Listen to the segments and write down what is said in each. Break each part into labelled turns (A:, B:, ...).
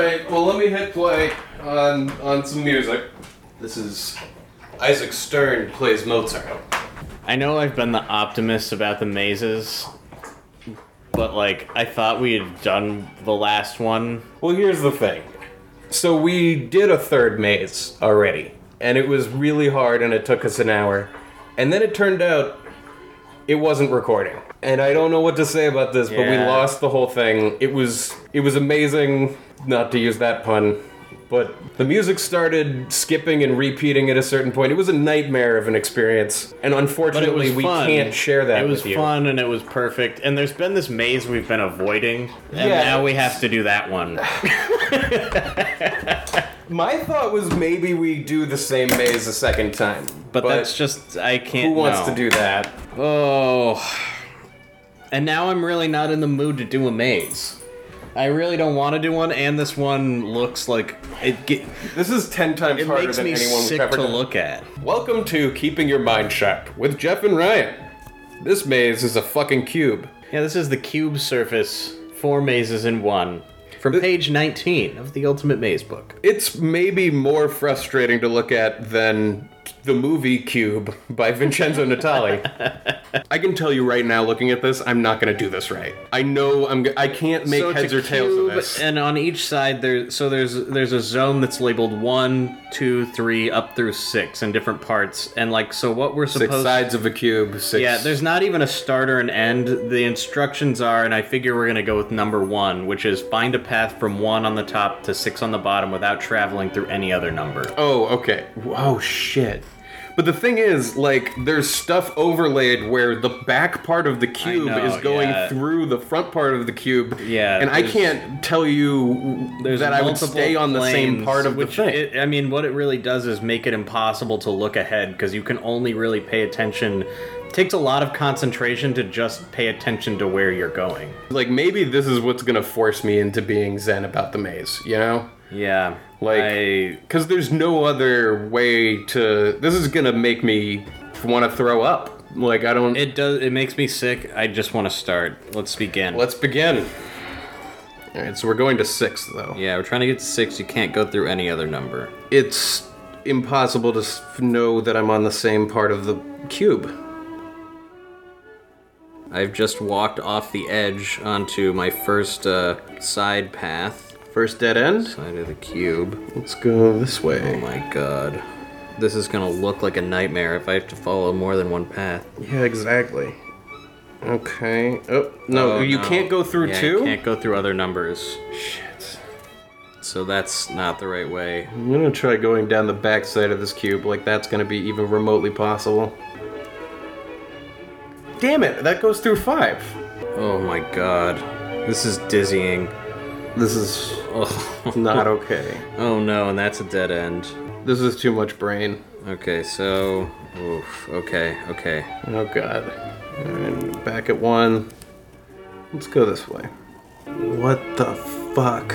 A: me hit play on on some music. This is Isaac Stern plays Mozart.
B: I know I've been the optimist about the mazes, but like I thought we had done the last one.
C: Well, here's the thing. So we did a third maze already, and it was really hard, and it took us an hour. And then it turned out it wasn't recording, and I don't know what to say about this, but we
B: Yeah.
C: lost the whole thing. It was it was amazing, not to use that pun. But the music started skipping and repeating at a certain point. It was a nightmare of an experience, and
B: But it
C: unfortunately,
B: was
C: we
B: fun.
C: can't share that.
B: It was
C: with you.
B: fun and it was perfect. And there's been this maze we've been avoiding, and
C: Yeah.
B: now we have to do that one.
C: My thought was maybe we do the same maze a second time,
B: But, that's just I can't.
C: who wants
B: no.
C: to do that?
B: Oh. And now I'm really not in the mood to do a maze. I really don't want to do one, and this one looks like it. Get,
C: This is ten times
B: it
C: harder
B: makes
C: than
B: me
C: anyone we've
B: sick
C: ever
B: to
C: done.
B: look at.
C: Welcome to Keeping Your Mind Sharp with Jeff and Ryan. This maze is a fucking cube.
B: Yeah, this is the cube surface, four mazes in one, from page 19 of the Ultimate Maze Book.
C: It's maybe more frustrating to look at than the movie Cube by Vincenzo Natali. I can tell you right now, looking at this, I'm not going to do this right. I know I'm. G- I can't make
B: So it's
C: heads
B: a
C: or tails of
B: cube,
C: this.
B: And on each side, there so there's there's a zone that's labeled one, two, three, up through six in different parts. And like, so what we're supposed
C: Six sides of a cube. Six.
B: Yeah, there's not even a start or an end. The instructions are, and I figure we're gonna go with number one, which is find a path from one on the top to six on the bottom without traveling through any other number.
C: Oh, okay. Oh, shit. But the thing is, like, there's stuff overlaid where the back part of the cube
B: know,
C: is going
B: yeah.
C: through the front part of the cube.
B: Yeah,
C: And I
B: there's-
C: can't tell you
B: There's
C: that I would
B: multiple
C: stay on the same
B: planes,
C: part of the
B: which
C: thing.
B: It, I mean, what it really does is make it impossible to look ahead because you can only really pay attention. It takes a lot of concentration to just pay attention to where you're going.
C: like, maybe this is what's going to force me into being zen about the maze, you know?
B: Yeah,
C: Like-
B: I,
C: Because there's no other way to. This is going to make me want to throw up. Like, I don't.
B: it does. It makes me sick. I just want to start. Let's begin.
C: Let's begin. Alright, so we're going to six, though.
B: yeah, we're trying to get to six. You can't go through any other number.
C: it's impossible to s- know that I'm on the same part of the cube.
B: I've just walked off the edge onto my first uh, side path,
C: First dead end.
B: side of the cube.
C: Let's go this
B: Oh
C: way.
B: my god. This is gonna look like a nightmare if I have to follow more than one path.
C: Yeah, exactly. Okay. Oh no,
B: Oh,
C: you
B: no.
C: can't go through
B: Yeah,
C: two.
B: I can't go through other numbers.
C: Shit.
B: So that's not the right way.
C: I'm gonna try going down the back side of this cube. Like that's gonna be even remotely possible. Damn it! That goes through five.
B: Oh my god. This is dizzying.
C: This is
B: Oh,
C: not okay.
B: oh no, and that's a dead end.
C: This is too much brain.
B: Okay, so. Oof. Okay, okay.
C: Oh god. And back at one. Let's go this way. What the fuck?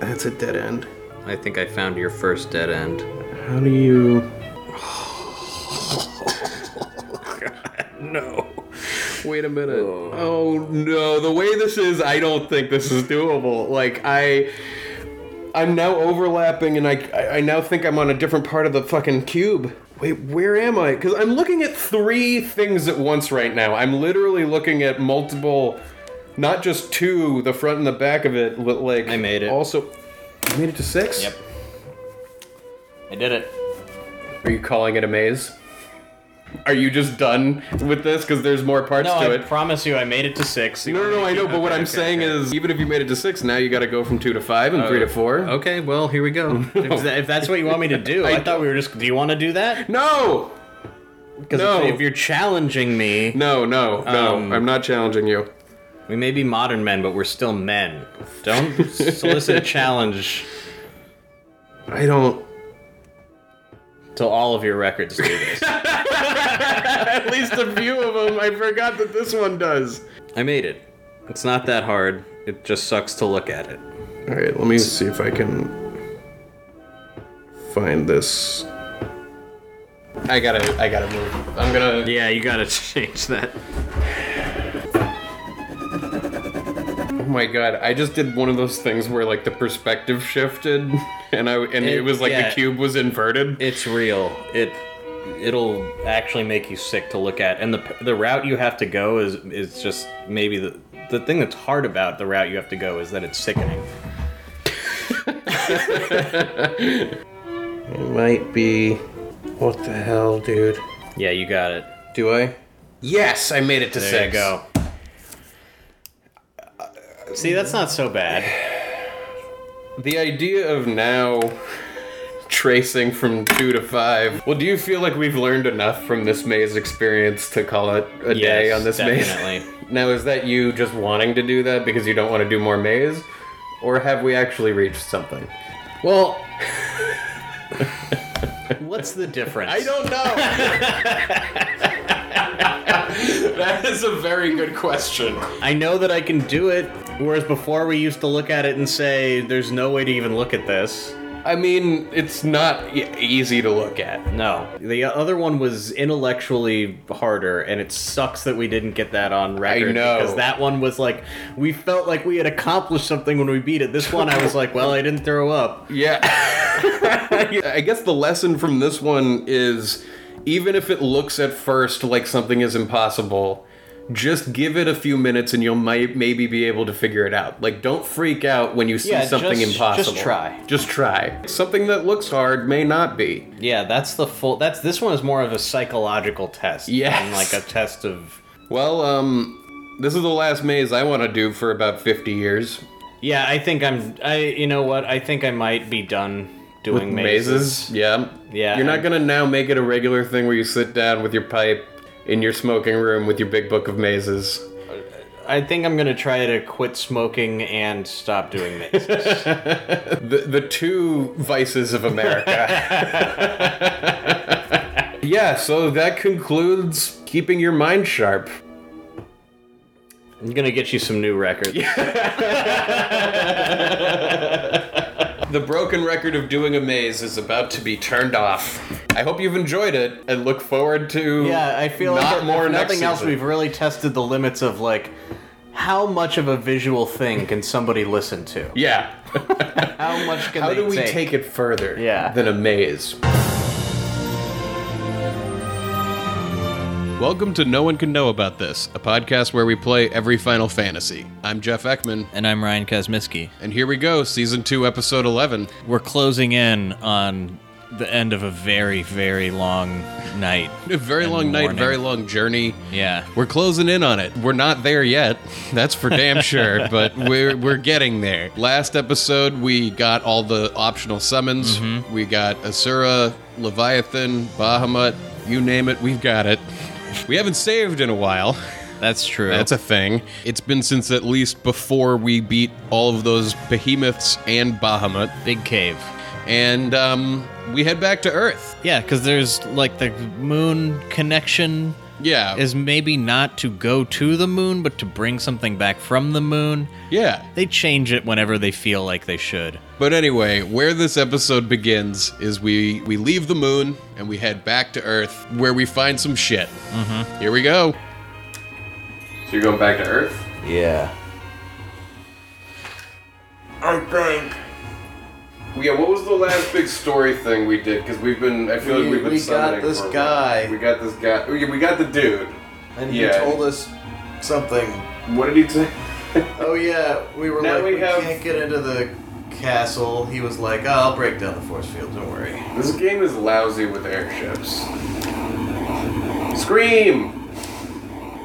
C: That's a dead end.
B: I think I found your first dead end.
C: How do you.
B: No.
C: Wait a minute. Oh no, the way this is, I don't think this is doable. Like, I. I'm now overlapping and I, I- I now think I'm on a different part of the fucking cube. Wait, where am I? Because I'm looking at three things at once right now. I'm literally looking at multiple, not just two, the front and the back of it, but like.
B: I made it.
C: Also, you made it to six?
B: Yep. I did it.
C: Are you calling it a maze? Are you just done with this? Because there's more parts
B: No,
C: to
B: I
C: it.
B: promise you, I made it to six.
C: No, no, no, I know, but what I'm saying is, even if you made it to six, now you gotta go from two to five and three to four.
B: Okay, well, here we go. if, that, if that's what you want me to do, I, thought we were just. Do you want to do that?
C: No!
B: Because
C: No.
B: if, if you're challenging me,
C: No, no, no.
B: Um,
C: I'm not challenging you.
B: we may be modern men, but we're still men. Don't solicit a challenge
C: I don't.
B: till all of your records do this.
C: At least a few of them. I forgot that this one does.
B: I made it. It's not that hard. It just sucks to look at it.
C: Alright, let me see if I can find this. I gotta, I gotta move. I'm gonna.
B: Yeah, you gotta change that.
C: Oh my god! I just did one of those things where like the perspective shifted, and I and it,
B: It-
C: was like
B: yeah.
C: the cube was inverted.
B: It's real. It it'll actually make you sick to look at. And the the route you have to go is is just maybe the the thing that's hard about the route you have to go is that it's sickening.
C: It might be. What the hell, dude?
B: Yeah, you got it.
C: Do I? Yes, I made it to
B: There
C: six.
B: you go. Uh, See, that's not so bad.
C: The idea of now tracing from two to five. Well, do you feel like we've learned enough from this maze experience to call it a day
B: Yes,
C: on this
B: definitely.
C: maze? Now, is that you just wanting to do that because you don't want to do more maze? Or have we actually reached something?
B: Well, what's the difference?
C: I don't know.
D: That is a very good question.
B: I know that I can do it. Whereas before, we used to look at it and say, "There's no way to even look at this."
C: I mean, it's not e- easy to look at.
B: No, the other one was intellectually harder, and it sucks that we didn't get that on record.
C: know.
B: because that one was like we felt like we had accomplished something when we beat it. This one, I was like, well, I didn't throw up.
C: Yeah. I guess the lesson from this one is even if it looks at first like something is impossible, just give it a few minutes and you'll might maybe be able to figure it out. Like don't freak out when you see
B: Yeah,
C: something
B: just-
C: impossible.
B: just try.
C: Just try. Something that looks hard may not be.
B: Yeah, that's the full. That's this one is more of a psychological test.
C: Yes.
B: than like a test of.
C: Well, um this is the last maze I want to do for about 50 years.
B: Yeah, I think I'm. I you know what? I think I might be done doing
C: Mazes. Yeah.
B: Yeah,
C: You're not
B: I-
C: gonna now make it a regular thing where you sit down with your pipe in your smoking room with your big book of mazes.
B: I think I'm gonna try to quit smoking and stop doing mazes.
C: The, the two vices of America. yeah, so that concludes keeping your mind sharp.
B: I'm gonna get you some new records.
C: The broken record of doing a maze is about to be turned off. I hope you've enjoyed it and look forward to
B: Yeah, I feel
C: not
B: like if
C: more
B: nothing
C: next
B: else.
C: season.
B: We've really tested the limits of like how much of a visual thing can somebody listen to?
C: Yeah.
B: How much can
C: How
B: they
C: do we
B: take?
C: take it further
B: Yeah.
C: than a maze? Welcome to No One Can Know About This, a podcast where we play every Final Fantasy. I'm Jeff Ekman,
E: And I'm Ryan Kazmiski.
C: and here we go, season 2, episode 11.
E: We're closing in on the end of a very, very long night.
C: A very
E: And
C: long night,
E: morning.
C: very long journey.
E: Yeah.
C: We're closing in on it. We're not there yet. That's for damn sure, but we're we're getting there. Last episode we got all the optional summons.
E: Mm-hmm.
C: We got Asura, Leviathan, Bahamut, you name it, we've got it. We haven't saved in a while.
E: That's true.
C: That's a thing. It's been since at least before we beat all of those behemoths and Bahamut.
E: big cave.
C: And um, we head back to Earth.
E: Yeah, because there's like the moon connection
C: Yeah.
E: is maybe not to go to the moon, but to bring something back from the moon.
C: yeah.
E: They change it whenever they feel like they should.
C: But anyway, where this episode begins is we we leave the moon and we head back to Earth, where we find some shit. Mm-hmm. Here we go.
D: So you're going back to Earth?
B: Yeah.
D: I think. Yeah, what was the last big story thing we did? Because we've been, I feel
B: We-
D: like we've been
B: we got
D: summoning
B: this
D: for a while.
B: guy.
D: We got this guy. Oh, We we got the dude.
B: And
D: he Yeah. told
B: us something.
D: What did he say?
B: Oh yeah, we were
D: Now like, we "We have- can't
B: get into the castle. He was like, oh, I'll break down the force field. Don't worry.
D: This game is lousy with airships. Scream!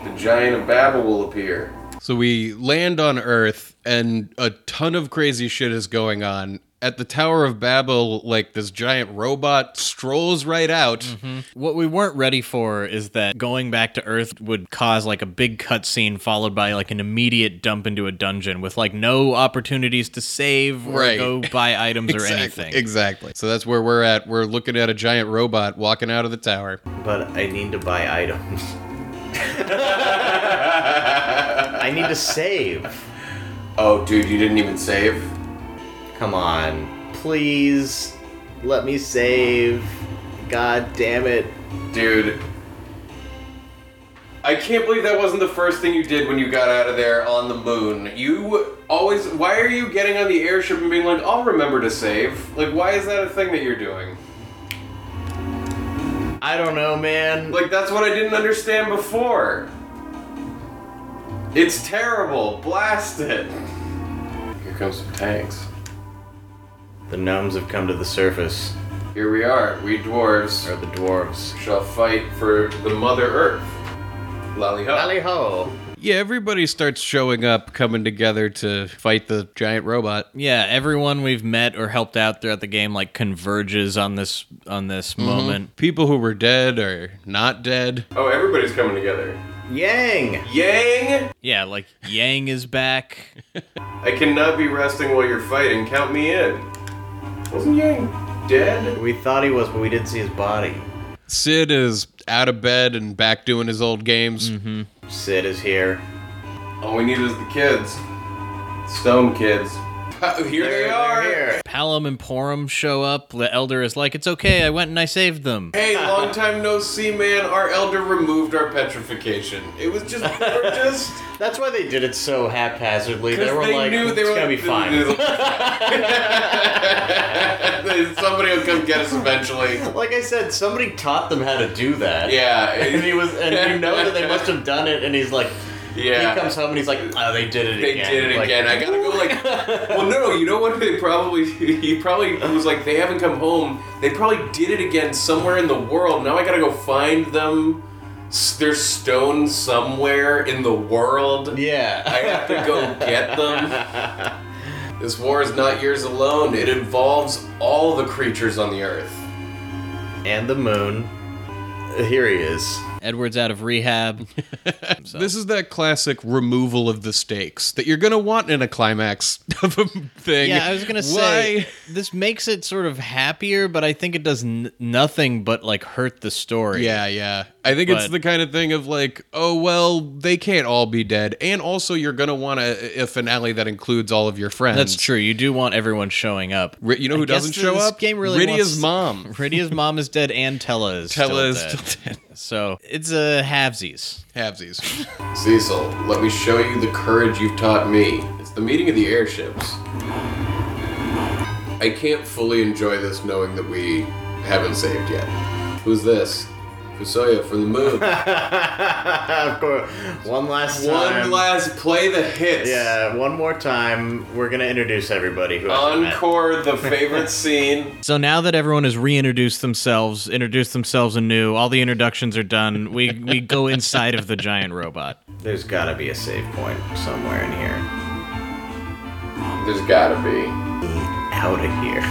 D: The giant of Babel will appear.
C: So we land on Earth, and a ton of crazy shit is going on. At the Tower of Babel, like this giant robot strolls right out.
E: What we weren't ready for is that going back to Earth would cause like a big cutscene followed by like an immediate dump into a dungeon with like no opportunities to save or
C: Right.
E: go buy items or
C: Exactly.
E: anything.
C: Exactly. So that's where we're at. We're looking at a giant robot walking out of the tower.
B: But I need to buy items. I need to save.
D: Oh, dude, you didn't even save?
B: Come on. Please let me save. God damn it.
D: Dude. I
C: I can't believe that wasn't the first thing you did when you got out of there on the moon. You always. Why are you getting on the airship and being like, I'll remember to save? Like, why is that a thing that you're doing?
F: I don't know, man.
C: Like, that's what I didn't understand before. It's terrible. Blast it. Here comes some tanks.
F: The gnomes have come to the surface,
C: Here we are. We dwarves
F: or the dwarves.
C: shall fight for the Mother Earth. Lally ho.
F: Alley ho!
G: Yeah, everybody starts showing up, coming together to fight the giant robot.
B: Yeah, everyone we've met or helped out throughout the game like converges on this on this moment.
G: People who were dead are not dead.
C: Oh, everybody's coming together.
F: Yang!
C: Yang!
B: Yeah, like Yang is back.
C: I cannot be resting while you're fighting. Count me in. Wasn't Yang dead?
F: We thought he was, but we didn't see his body.
G: Sid is out of bed and back doing his old games.
F: Sid is here.
C: All we need is the kids. Stone kids. Uh, Here
F: They're-
C: they
F: they're
C: are.
F: here.
B: Palom and Porum show up. The elder is like, "It's okay. I went and I saved them."
C: Hey, long time no see, man. Our elder removed our petrification. It was just, we were just.
F: That's why they did it so haphazardly. They
C: 'cause
F: were
C: they
F: like,
C: knew they
F: it's
C: were
F: gonna be fine.
C: Somebody will come get us eventually.
F: like I said, somebody taught them how to do that.
C: Yeah.
F: And he was, and you know that they must have done it. And he's like,
C: Yeah.
F: he comes home and he's like, oh, they did it
C: They
F: again.
C: did it
F: Like,
C: again. I gotta go. Like, well, no, you know what? They probably he probably was like, they haven't come home. They probably did it again somewhere in the world. Now I gotta go find them. S- They're stoned somewhere in the world.
F: Yeah.
C: I have to go get them. This war is not yours alone. It involves all the creatures on the earth.
F: and the moon. Here he is.
B: Edward's out of rehab.
G: This is that classic removal of the stakes that you're going to want in a climax of a thing.
B: Yeah, I was gonna
G: Why?
B: say this makes it sort of happier, but I think it does n- nothing but like hurt the story.
G: Yeah, yeah. I think it's
B: But-
G: the kind of thing of like, oh well, they can't all be dead, and also you're gonna want a, a finale that includes all of your friends.
B: that's true. You do want everyone showing up.
G: Ri- you know who
B: I guess
G: doesn't show
B: this
G: up?
B: game really
G: Riddia's
B: wants-
G: mom.
B: Riddia's mom is dead, and Tella is
G: Tella is
B: still dead.
G: still dead.
B: So it's a halvesies.
G: Habsies.
C: Cecil, let me show you the courage you've taught me. It's the meeting of the airships. I can't fully enjoy this knowing that we haven't saved yet. Who's this? Fusoya from the moon.
F: of course. One last time.
C: One last play the hits.
F: Yeah, one more time. We're gonna introduce everybody who hasn't met.
C: Encore the favorite scene.
B: So now that everyone has reintroduced themselves, introduced themselves anew, all the introductions are done. We we go inside of the giant robot.
F: There's gotta be a save point somewhere in here.
C: There's gotta be.
F: Out of here.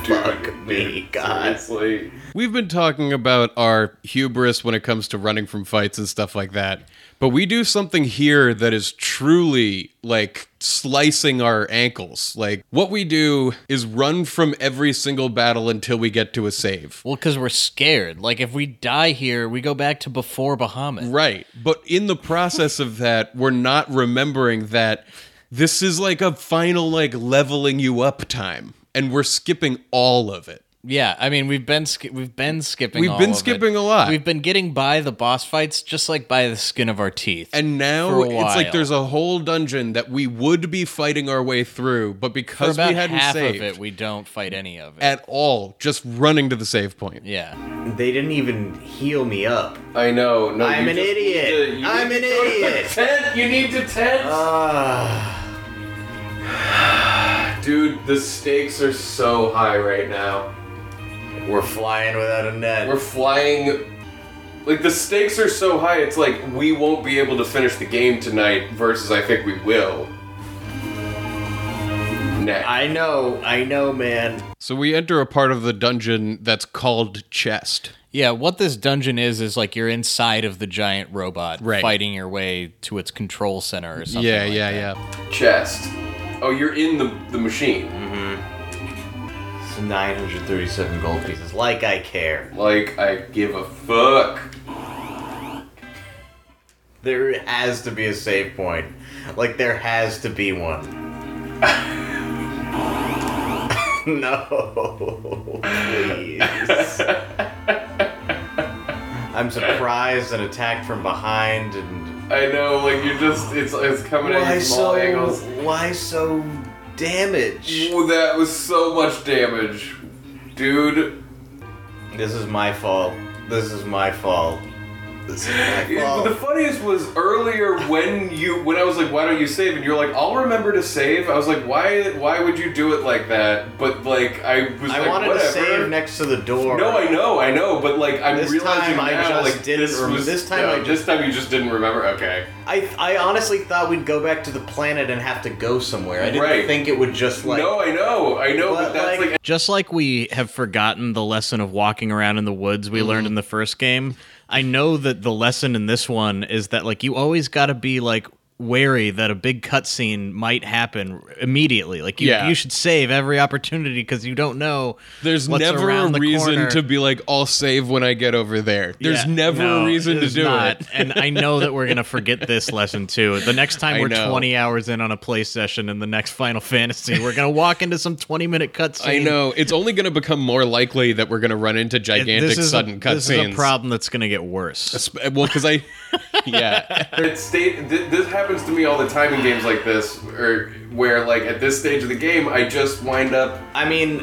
F: Fuck me, God.
C: Seriously.
G: We've been talking about our hubris when it comes to running from fights and stuff like that. But we do something here that is truly like slicing our ankles. Like, what we do is run from every single battle until we get to a save.
B: Well, because we're scared. Like if we die here, we go back to before Bahamut.
G: Right. But in the process of that, we're not remembering that this is like a final, like leveling you up time. And we're skipping all of it.
B: Yeah, I mean we've been sk- we've been skipping.
G: We've
B: all
G: been
B: of it.
G: skipping a lot.
B: We've been getting by the boss fights just like by the skin of our teeth.
G: And now
B: for a
G: it's like
B: while.
G: there's a whole dungeon that we would be fighting our way through, but
B: for
G: because
B: about
G: we hadn't
B: half
G: saved
B: of it, we don't fight any of it.
G: at all, just running to the save point.
B: yeah,
F: They didn't even heal me up.
C: I know. No,
F: I'm
C: you
F: an
C: just
F: idiot.
C: need to- you
F: I'm
C: need
F: an
C: to go to the
F: idiot. Uh,
C: Tent. You need to tent.
F: Ah.
C: Dude, the stakes are so high right now.
F: we're flying without a net.
C: We're flying. Like, the stakes are so high, it's like we won't be able to finish the game tonight versus I think we will. Next.
F: I know, I know, man.
G: So we enter a part of the dungeon that's called chest.
B: yeah. What this dungeon is is like you're inside of the giant robot,
G: Right.
B: fighting your way to its control center or something.
G: yeah,
B: like
G: yeah,
B: that.
G: yeah.
C: Chest. Oh, you're in the, the machine.
F: It's 937 gold pieces. Like I care.
C: Like, I give a fuck.
F: There has to be a save point. Like there has to be one. no, please.
H: I'm surprised and attacked from behind and
C: I know, like you're just it's it's coming at
H: why
C: you from all
H: so
C: angles.
H: why so damage?
C: Ooh, that was so much damage, dude.
H: This is my fault. This is my fault. This is my
C: It-
H: fault.
C: The funniest was earlier when you when I was like, why don't you save? And you're like, I'll remember to save. I was like, why why would you do it like that? But like I was
H: I
C: like,
H: wanted
C: whatever.
H: to save next to the door.
C: no, I know, I know, but like I'm
H: This
C: realizing
H: time I
C: now,
H: just
C: like
H: didn't
C: this
H: rem-
C: was
H: this time
C: no,
H: I-
C: this time you just didn't remember. Okay,
H: I, I honestly thought we'd go back to the planet and have to go somewhere. I didn't
C: Right.
H: think it would just like
C: no, I know, I know, but,
H: But,
C: that's
H: like-
C: like,
B: Just like we have forgotten the lesson of walking around in the woods we learned in the first game, I know that the lesson in this one is that like you always got to be like wary that a big cutscene might happen immediately. Like you,
I: Yeah.
B: you should save every opportunity because you don't know.
I: There's
B: what's
I: never a
B: around the
I: reason
B: corner.
I: to be like, I'll save when I get over there. There's
B: Yeah.
I: never
B: No,
I: a reason to
B: there's
I: do
B: not.
I: it.
B: and I know that we're gonna forget this lesson too. The next time
I: I
B: we're
I: know.
B: 20 hours in on a play session in the next Final Fantasy, we're gonna walk into some 20 minute cutscene.
I: I know. It's only going to become more likely that we're going to run into
B: It-
I: gigantic
B: this is
I: sudden
B: a, This is a
I: cutscenes.
B: problem that's gonna get worse.
I: Sp- Well, because I, yeah,
C: It state th- this happens to me all the time in games like this, or where like at this stage of the game, I just wind up
H: I mean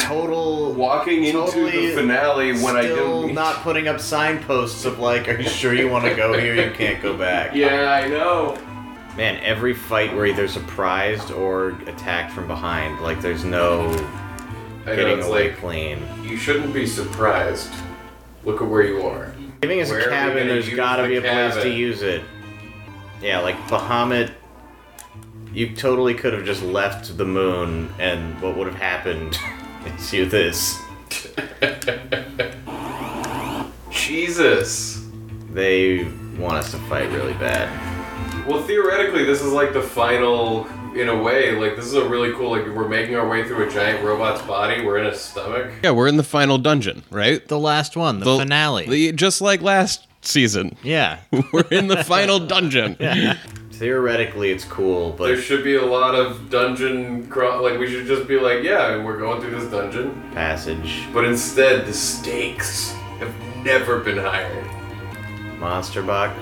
H: total
C: walking into
H: Totally
C: the finale when I
H: still
C: didn't.
H: not putting up signposts of like, are you sure you want to go here? You can't go back.
C: yeah, I know.
H: Man, every fight we're either surprised or attacked from behind. Like, there's no
C: I know
H: getting
C: it's
H: away
C: like
H: clean.
C: you shouldn't be surprised. Look at where you are.
H: Giving us
C: Where are
H: a
C: we
H: cabin,
C: gonna
H: there's
C: use
H: gotta
C: the
H: be a place to
C: cabin?
H: use it. Yeah, like Bahamut, you totally could have just left the moon, and what would have happened is you this.
C: Jesus.
H: They want us to fight really bad.
C: Well, theoretically, this is like the final, in a way. Like this is a really cool. Like we're making our way through a giant robot's body. We're in a stomach.
I: yeah. We're in the final dungeon, right?
B: The last one, the,
I: The-
B: finale.
I: the- just like last season,
B: yeah.
I: we're in the final dungeon.
H: Theoretically, it's cool, but
C: There should be a lot of dungeon. Cro- like we should just be like, yeah, we're going through this dungeon.
H: passage.
C: But instead, the stakes have never been higher.
H: Monster Bach.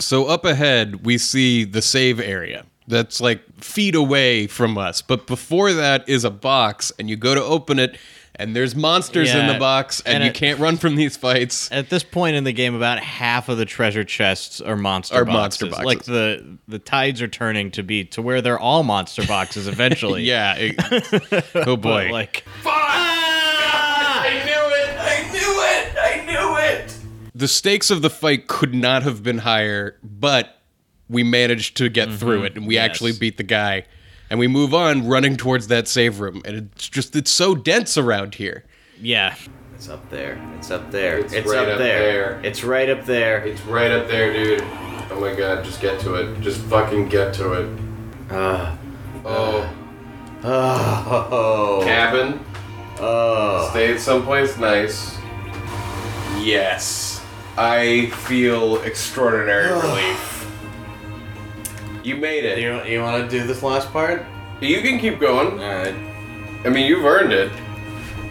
I: So up ahead, we see the save area that's like feet away from us. But before that is a box, and you go to open it, and there's monsters in
B: Yeah,
I: the box, and,
B: and
I: you
B: it-
I: can't run from these fights.
B: At this point in the game, about half of the treasure chests are monster
I: Are
B: boxes.
I: monster boxes.
B: Like the the tides are turning to be to where they're all monster boxes eventually.
I: Yeah. it- oh
B: But
I: boy.
B: like
C: I knew it! I knew it! I knew it!
I: the stakes of the fight could not have been higher, but we managed to get through it and we actually beat the guy. And we move on running towards that save room. And it's just, it's so dense around here.
B: yeah.
H: It's up there. It's up there.
C: It's
H: It's,
C: right
H: up,
C: up
H: there.
C: there.
H: It's right up there.
C: It's right up there, dude. Oh my god, just get to it. Just fucking get to it.
H: Ah.
C: Oh,
H: oh.
C: cabin.
H: Oh.
C: Stay at someplace nice. Yes. I feel extraordinary relief. You made it.
H: You, you want to do this last part?
C: You can keep going.
H: Alright.
C: I mean, you've earned it.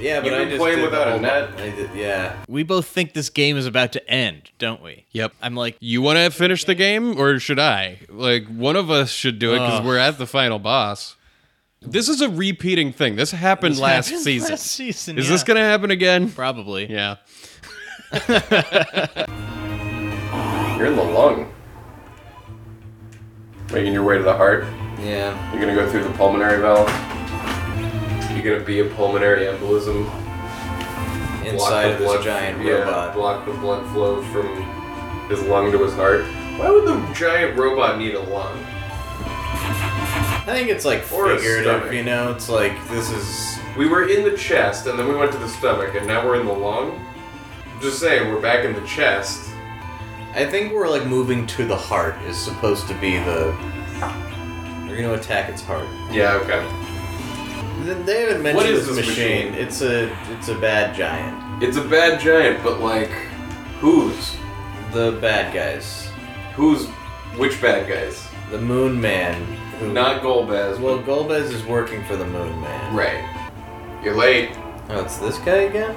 H: Yeah, but
C: You've
H: I
C: been
H: just
C: playing
H: did
C: without
H: the
C: a
H: whole-
C: net.
H: I did, yeah.
B: We both think this game is about to end, don't we?
I: Yep.
B: I'm like,
I: You want to finish the game or should I? Like, one of us should do it because
B: Ugh.
I: we're at the final boss. This is a repeating thing. This happened last season.
B: Last season.
I: Is this
B: yeah.
I: going to happen again?
B: probably?
I: Yeah.
C: You're in the lung. Making your way to the heart.
H: Yeah.
C: You're gonna go through the pulmonary valve. You're gonna be a pulmonary embolism.
H: Inside
C: the
H: of this
C: blood-
H: giant
C: yeah,
H: robot.
C: Block the blood flow from his lung to his heart. Why would the giant robot need a lung?
H: I think it's like
C: Or a
H: figurative,
C: stomach.
H: you know? It's like, this is.
C: We were in the chest, and then we went to the stomach, and now we're in the lung. Just saying, we're back in the chest.
H: I think we're like moving to the heart, is supposed to be the. We're gonna attack its heart.
C: Yeah. Okay.
H: They they haven't mentioned
C: What is
H: this
C: this
H: machine.
C: machine?
H: It's a it's a bad giant.
C: It's a bad giant, but like, who's
H: The bad guys.
C: who's which bad guys?
H: The Moon Man. Who,
C: Not Golbez.
H: well, Golbez is working for the Moon Man.
C: Right. You're late.
H: Right. Oh, it's this guy again?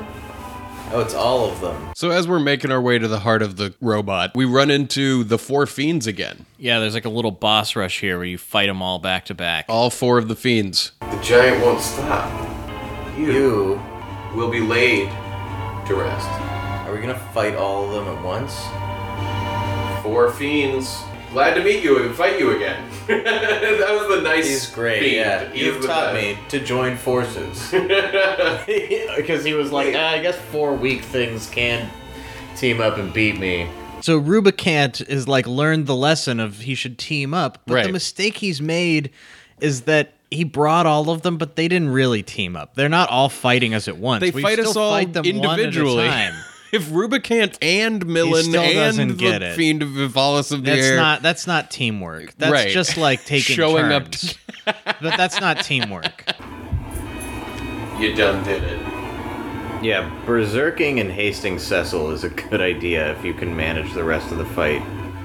H: Oh, it's all of them.
I: So as we're making our way to the heart of the robot, we run into the four fiends again.
B: Yeah, there's like a little boss rush here where you fight them all back to back.
I: All four of the fiends.
C: The giant won't stop.
H: You.
C: Will be laid to rest.
H: Are we gonna fight all of them at once?
C: Four fiends. Glad to meet you and fight you again. that was the nice.
H: He's great.
C: fiend.
H: Yeah,
C: He
H: you've
C: is the
H: taught
C: best.
H: me to join forces. Because he was like, ah, I guess four weak things can team up and beat me.
B: So Rubicant is like learned the lesson of he should team up, but
I: Right.
B: the mistake he's made is that he brought all of them, but they didn't really team up. They're not all fighting us at once.
I: They
B: We
I: fight
B: still
I: us all
B: fight them
I: individually.
B: One at a time.
I: If Rubicant and
B: He
I: Millen
B: still
I: and
B: doesn't
I: the
B: get it.
I: fiend of Vivalis of the
B: That's
I: air,
B: not that's not teamwork. That's
I: Right.
B: just like taking
I: Showing up
B: turns. but that's not teamwork.
C: You done did it.
H: Yeah, berserking and hasting Cecil is a good idea if you can manage the rest of the fight.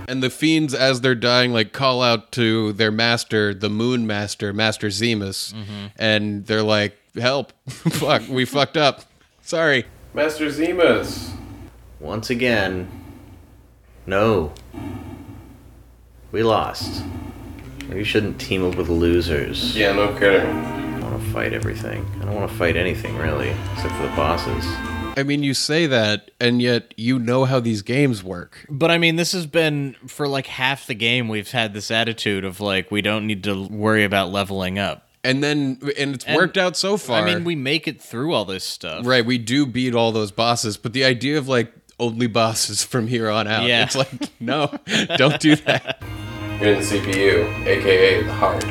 I: and the fiends as they're dying like call out to their master, the Moon Master, Master Zemus,
B: Mm-hmm.
I: and they're like, "Help! Fuck, we fucked up. Sorry."
C: Master Zemus.
H: Once again, no. We lost. We shouldn't team up with losers.
C: Yeah, no kidding.
H: I don't want to fight everything. I don't want to fight anything really, except for the bosses.
I: I mean, you say that, and yet you know how these games work.
B: But I mean, this has been for like half the game we've had this attitude of like we don't need to worry about leveling up.
I: And then, and it's worked out so far.
B: I mean, we make it through all this stuff.
I: Right, we do beat all those bosses, but the idea of like only bosses from here on out,
B: Yeah.
I: it's like, no, don't do that.
C: You're in the CPU, aka the heart.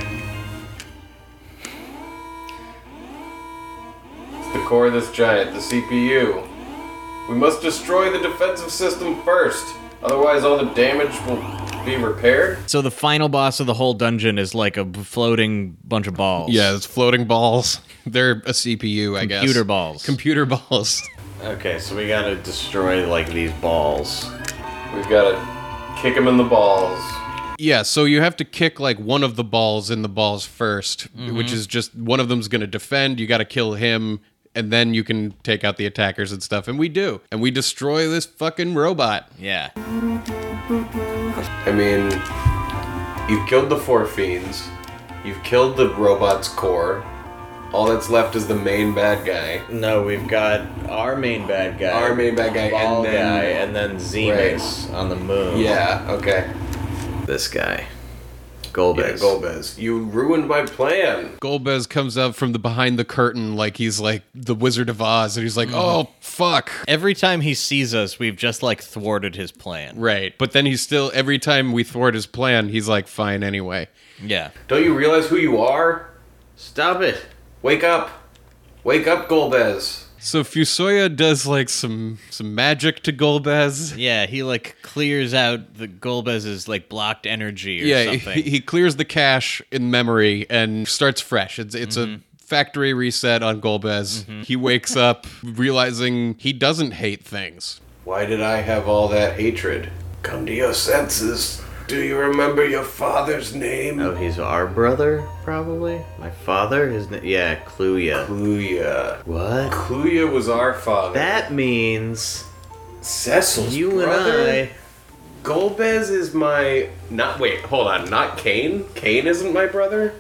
C: It's the core of this giant, the CPU. We must destroy the defensive system first, otherwise, all the damage will be repaired.
B: So the final boss of the whole dungeon is like a b- floating bunch of balls.
I: Yeah, it's floating balls. They're a CPU, I guess.
B: Computer balls.
I: Computer balls.
H: Okay, so we gotta destroy like these balls.
C: We've got to kick him in the balls.
I: Yeah, so you have to kick like one of the balls in the balls 1st
C: Mm-hmm.
I: which is just one of them's going to defend. You got to kill him, and then you can take out the attackers and stuff. And we do. And we destroy this fucking robot.
B: yeah.
C: I mean, you've killed the four fiends, you've killed the robot's core. All that's left is the main bad guy.
H: No, we've got our main bad guy,
C: Our main bad guy,
H: ball
C: and then
H: guy, and then Zemus on the moon.
C: yeah, okay.
H: this guy, Golbez.
C: Yeah, Golbez. You ruined my plan.
I: Golbez comes up from the behind the curtain like he's like the Wizard of Oz, and he's like, "Oh
C: Mm-hmm.
I: fuck!"
B: Every time he sees us, we've just like thwarted his plan.
I: Right, but then he's still every time we thwart his plan, he's like, "Fine anyway."
B: Yeah.
C: Don't you realize who you are?
H: Stop it!
C: Wake up. Wake up, Golbez.
I: So Fusoya does like some some magic to Golbez.
B: Yeah, he like clears out the Golbez's like blocked energy or
I: Yeah,
B: something.
I: he, he clears the cache in memory and starts fresh. It's it's
B: Mm-hmm.
I: a factory reset on Golbez. He wakes up realizing he doesn't hate things.
C: Why did I have all that hatred? Come to your senses. Do you remember your father's name?
H: Oh, he's our brother, probably. My father, his na- yeah, Kluya.
C: Kluya.
H: What?
C: Kluya was our father.
H: That means
C: Cecil's
H: you
C: brother?
H: and I.
C: Golbez is my not. Wait, hold on. Not Cain. Cain isn't my brother.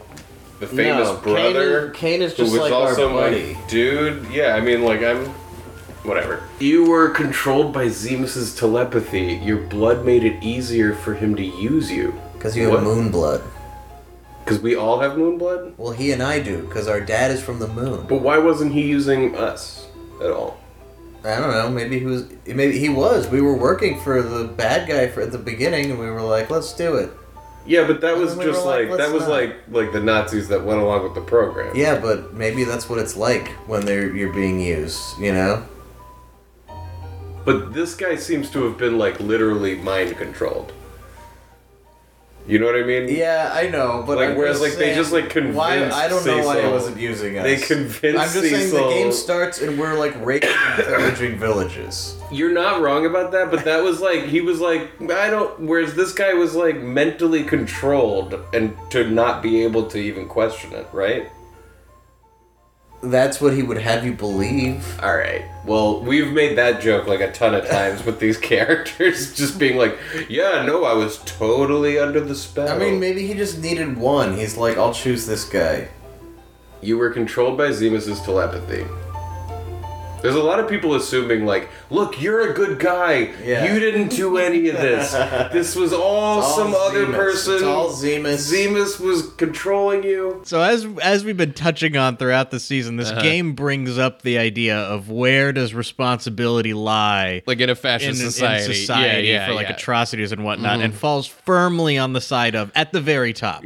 C: The famous
H: no, Cain is-
C: brother.
H: Cain is
C: who
H: just
C: was
H: like
C: also
H: our
C: my
H: buddy.
C: dude. Yeah, I mean, like I'm, whatever. You were controlled by Zemus's telepathy. Your blood made it easier for him to use you.
J: Because you have
C: What?
J: moon blood.
C: Because we all have moon blood.
J: Well, he and I do, because our dad is from the moon.
C: But why wasn't he using us at all?
J: I don't know. Maybe he was. Maybe he was. We were working for the bad guy for, at the beginning, and we were like, "Let's do it."
C: Yeah, but that was
J: We were
C: just
J: like,
C: like, that
J: "Let's
C: was
J: not."
C: like like the Nazis that went along with the program.
J: Yeah, but maybe that's what it's like when they're you're being used. You know?
C: But this guy seems to have been like literally mind controlled. You know what I mean?
J: Yeah, I know. But
C: Like,
J: I'm
C: whereas,
J: just
C: like, they
J: saying,
C: just, like, convinced
J: Why? I don't know why he
C: Cecil.
J: wasn't using us.
C: They convinced
J: I'm just saying
C: Cecil-
J: the game starts and we're like raking and pillaging villages.
C: You're not wrong about that, but that was like he was like I don't. Whereas this guy was like mentally controlled and to not be able to even question it, right?
J: that's what he would have you believe.
C: All right. Well, we've made that joke like a ton of times with these characters, just being like, "Yeah, no, I was totally under the spell."
J: I mean, maybe he just needed one. He's like, I'll choose this guy.
C: you were controlled by Zemus's telepathy. There's a lot of people assuming like, "Look, you're a good guy.
J: Yeah.
C: You didn't do any of this. this was all,
J: All
C: some other
J: Zemus.
C: person.
J: It's all Zemus.
C: Zemus was controlling you."
B: So as as we've been touching on throughout the season, this
I: Uh-huh.
B: game brings up the idea of where does responsibility lie
I: like in a
B: in, in
I: fascist
B: society,
I: society. yeah, yeah,
B: for like
I: yeah. Mm-hmm.
B: atrocities and whatnot, and falls firmly on the side of at the very top.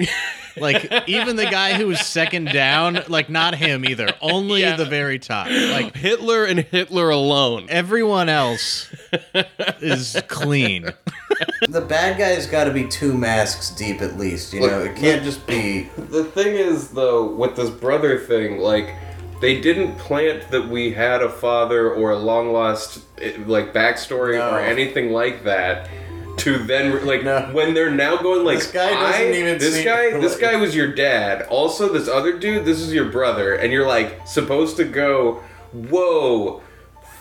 B: like even the guy who was second down, like not him either, only
I: Yeah.
B: the very top. Like
I: Hitler and Hitler alone.
B: everyone else is clean.
J: The bad guy's got to be two masks deep at least. You know, it can't just be.
C: The thing is though, with this brother thing, like they didn't plant that we had a father or a long lost like backstory
J: No.
C: or anything like that. To then like
J: No.
C: when they're now going like
J: This guy doesn't
C: I-
J: even
C: this
J: seem-
C: guy this guy was your dad. Also, this other dude, this is your brother, and you're like supposed to go. Whoa,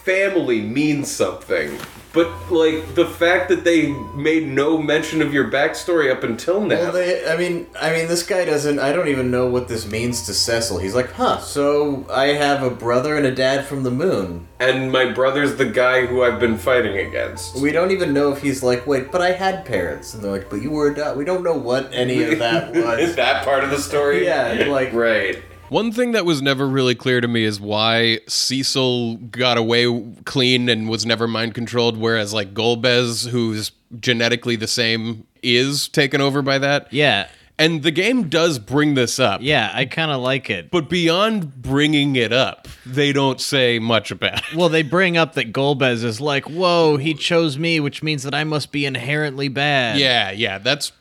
C: family means something. But like the fact that they made no mention of your backstory up until now.
J: Well, they, I mean, I mean, this guy doesn't. I don't even know what this means to Cecil. He's like, huh? So I have a brother and a dad from the moon.
C: and my brother's the guy who I've been fighting against.
J: We don't even know if he's like, wait, but I had parents, and they're like, but you were a dad. We don't know what any of that
C: Is
J: was.
C: that part of the story?
J: yeah, like
C: Right.
I: One thing that was never really clear to me is why Cecil got away clean and was never mind controlled, whereas like Golbez, who's genetically the same, is taken over by that.
B: Yeah,
I: And the game does bring this up.
B: yeah, I kind of like it.
I: But beyond bringing it up, they don't say much about it.
B: Well, they bring up that Golbez is like, "Whoa, he chose me, which means that I must be inherently bad."
I: Yeah, yeah, that's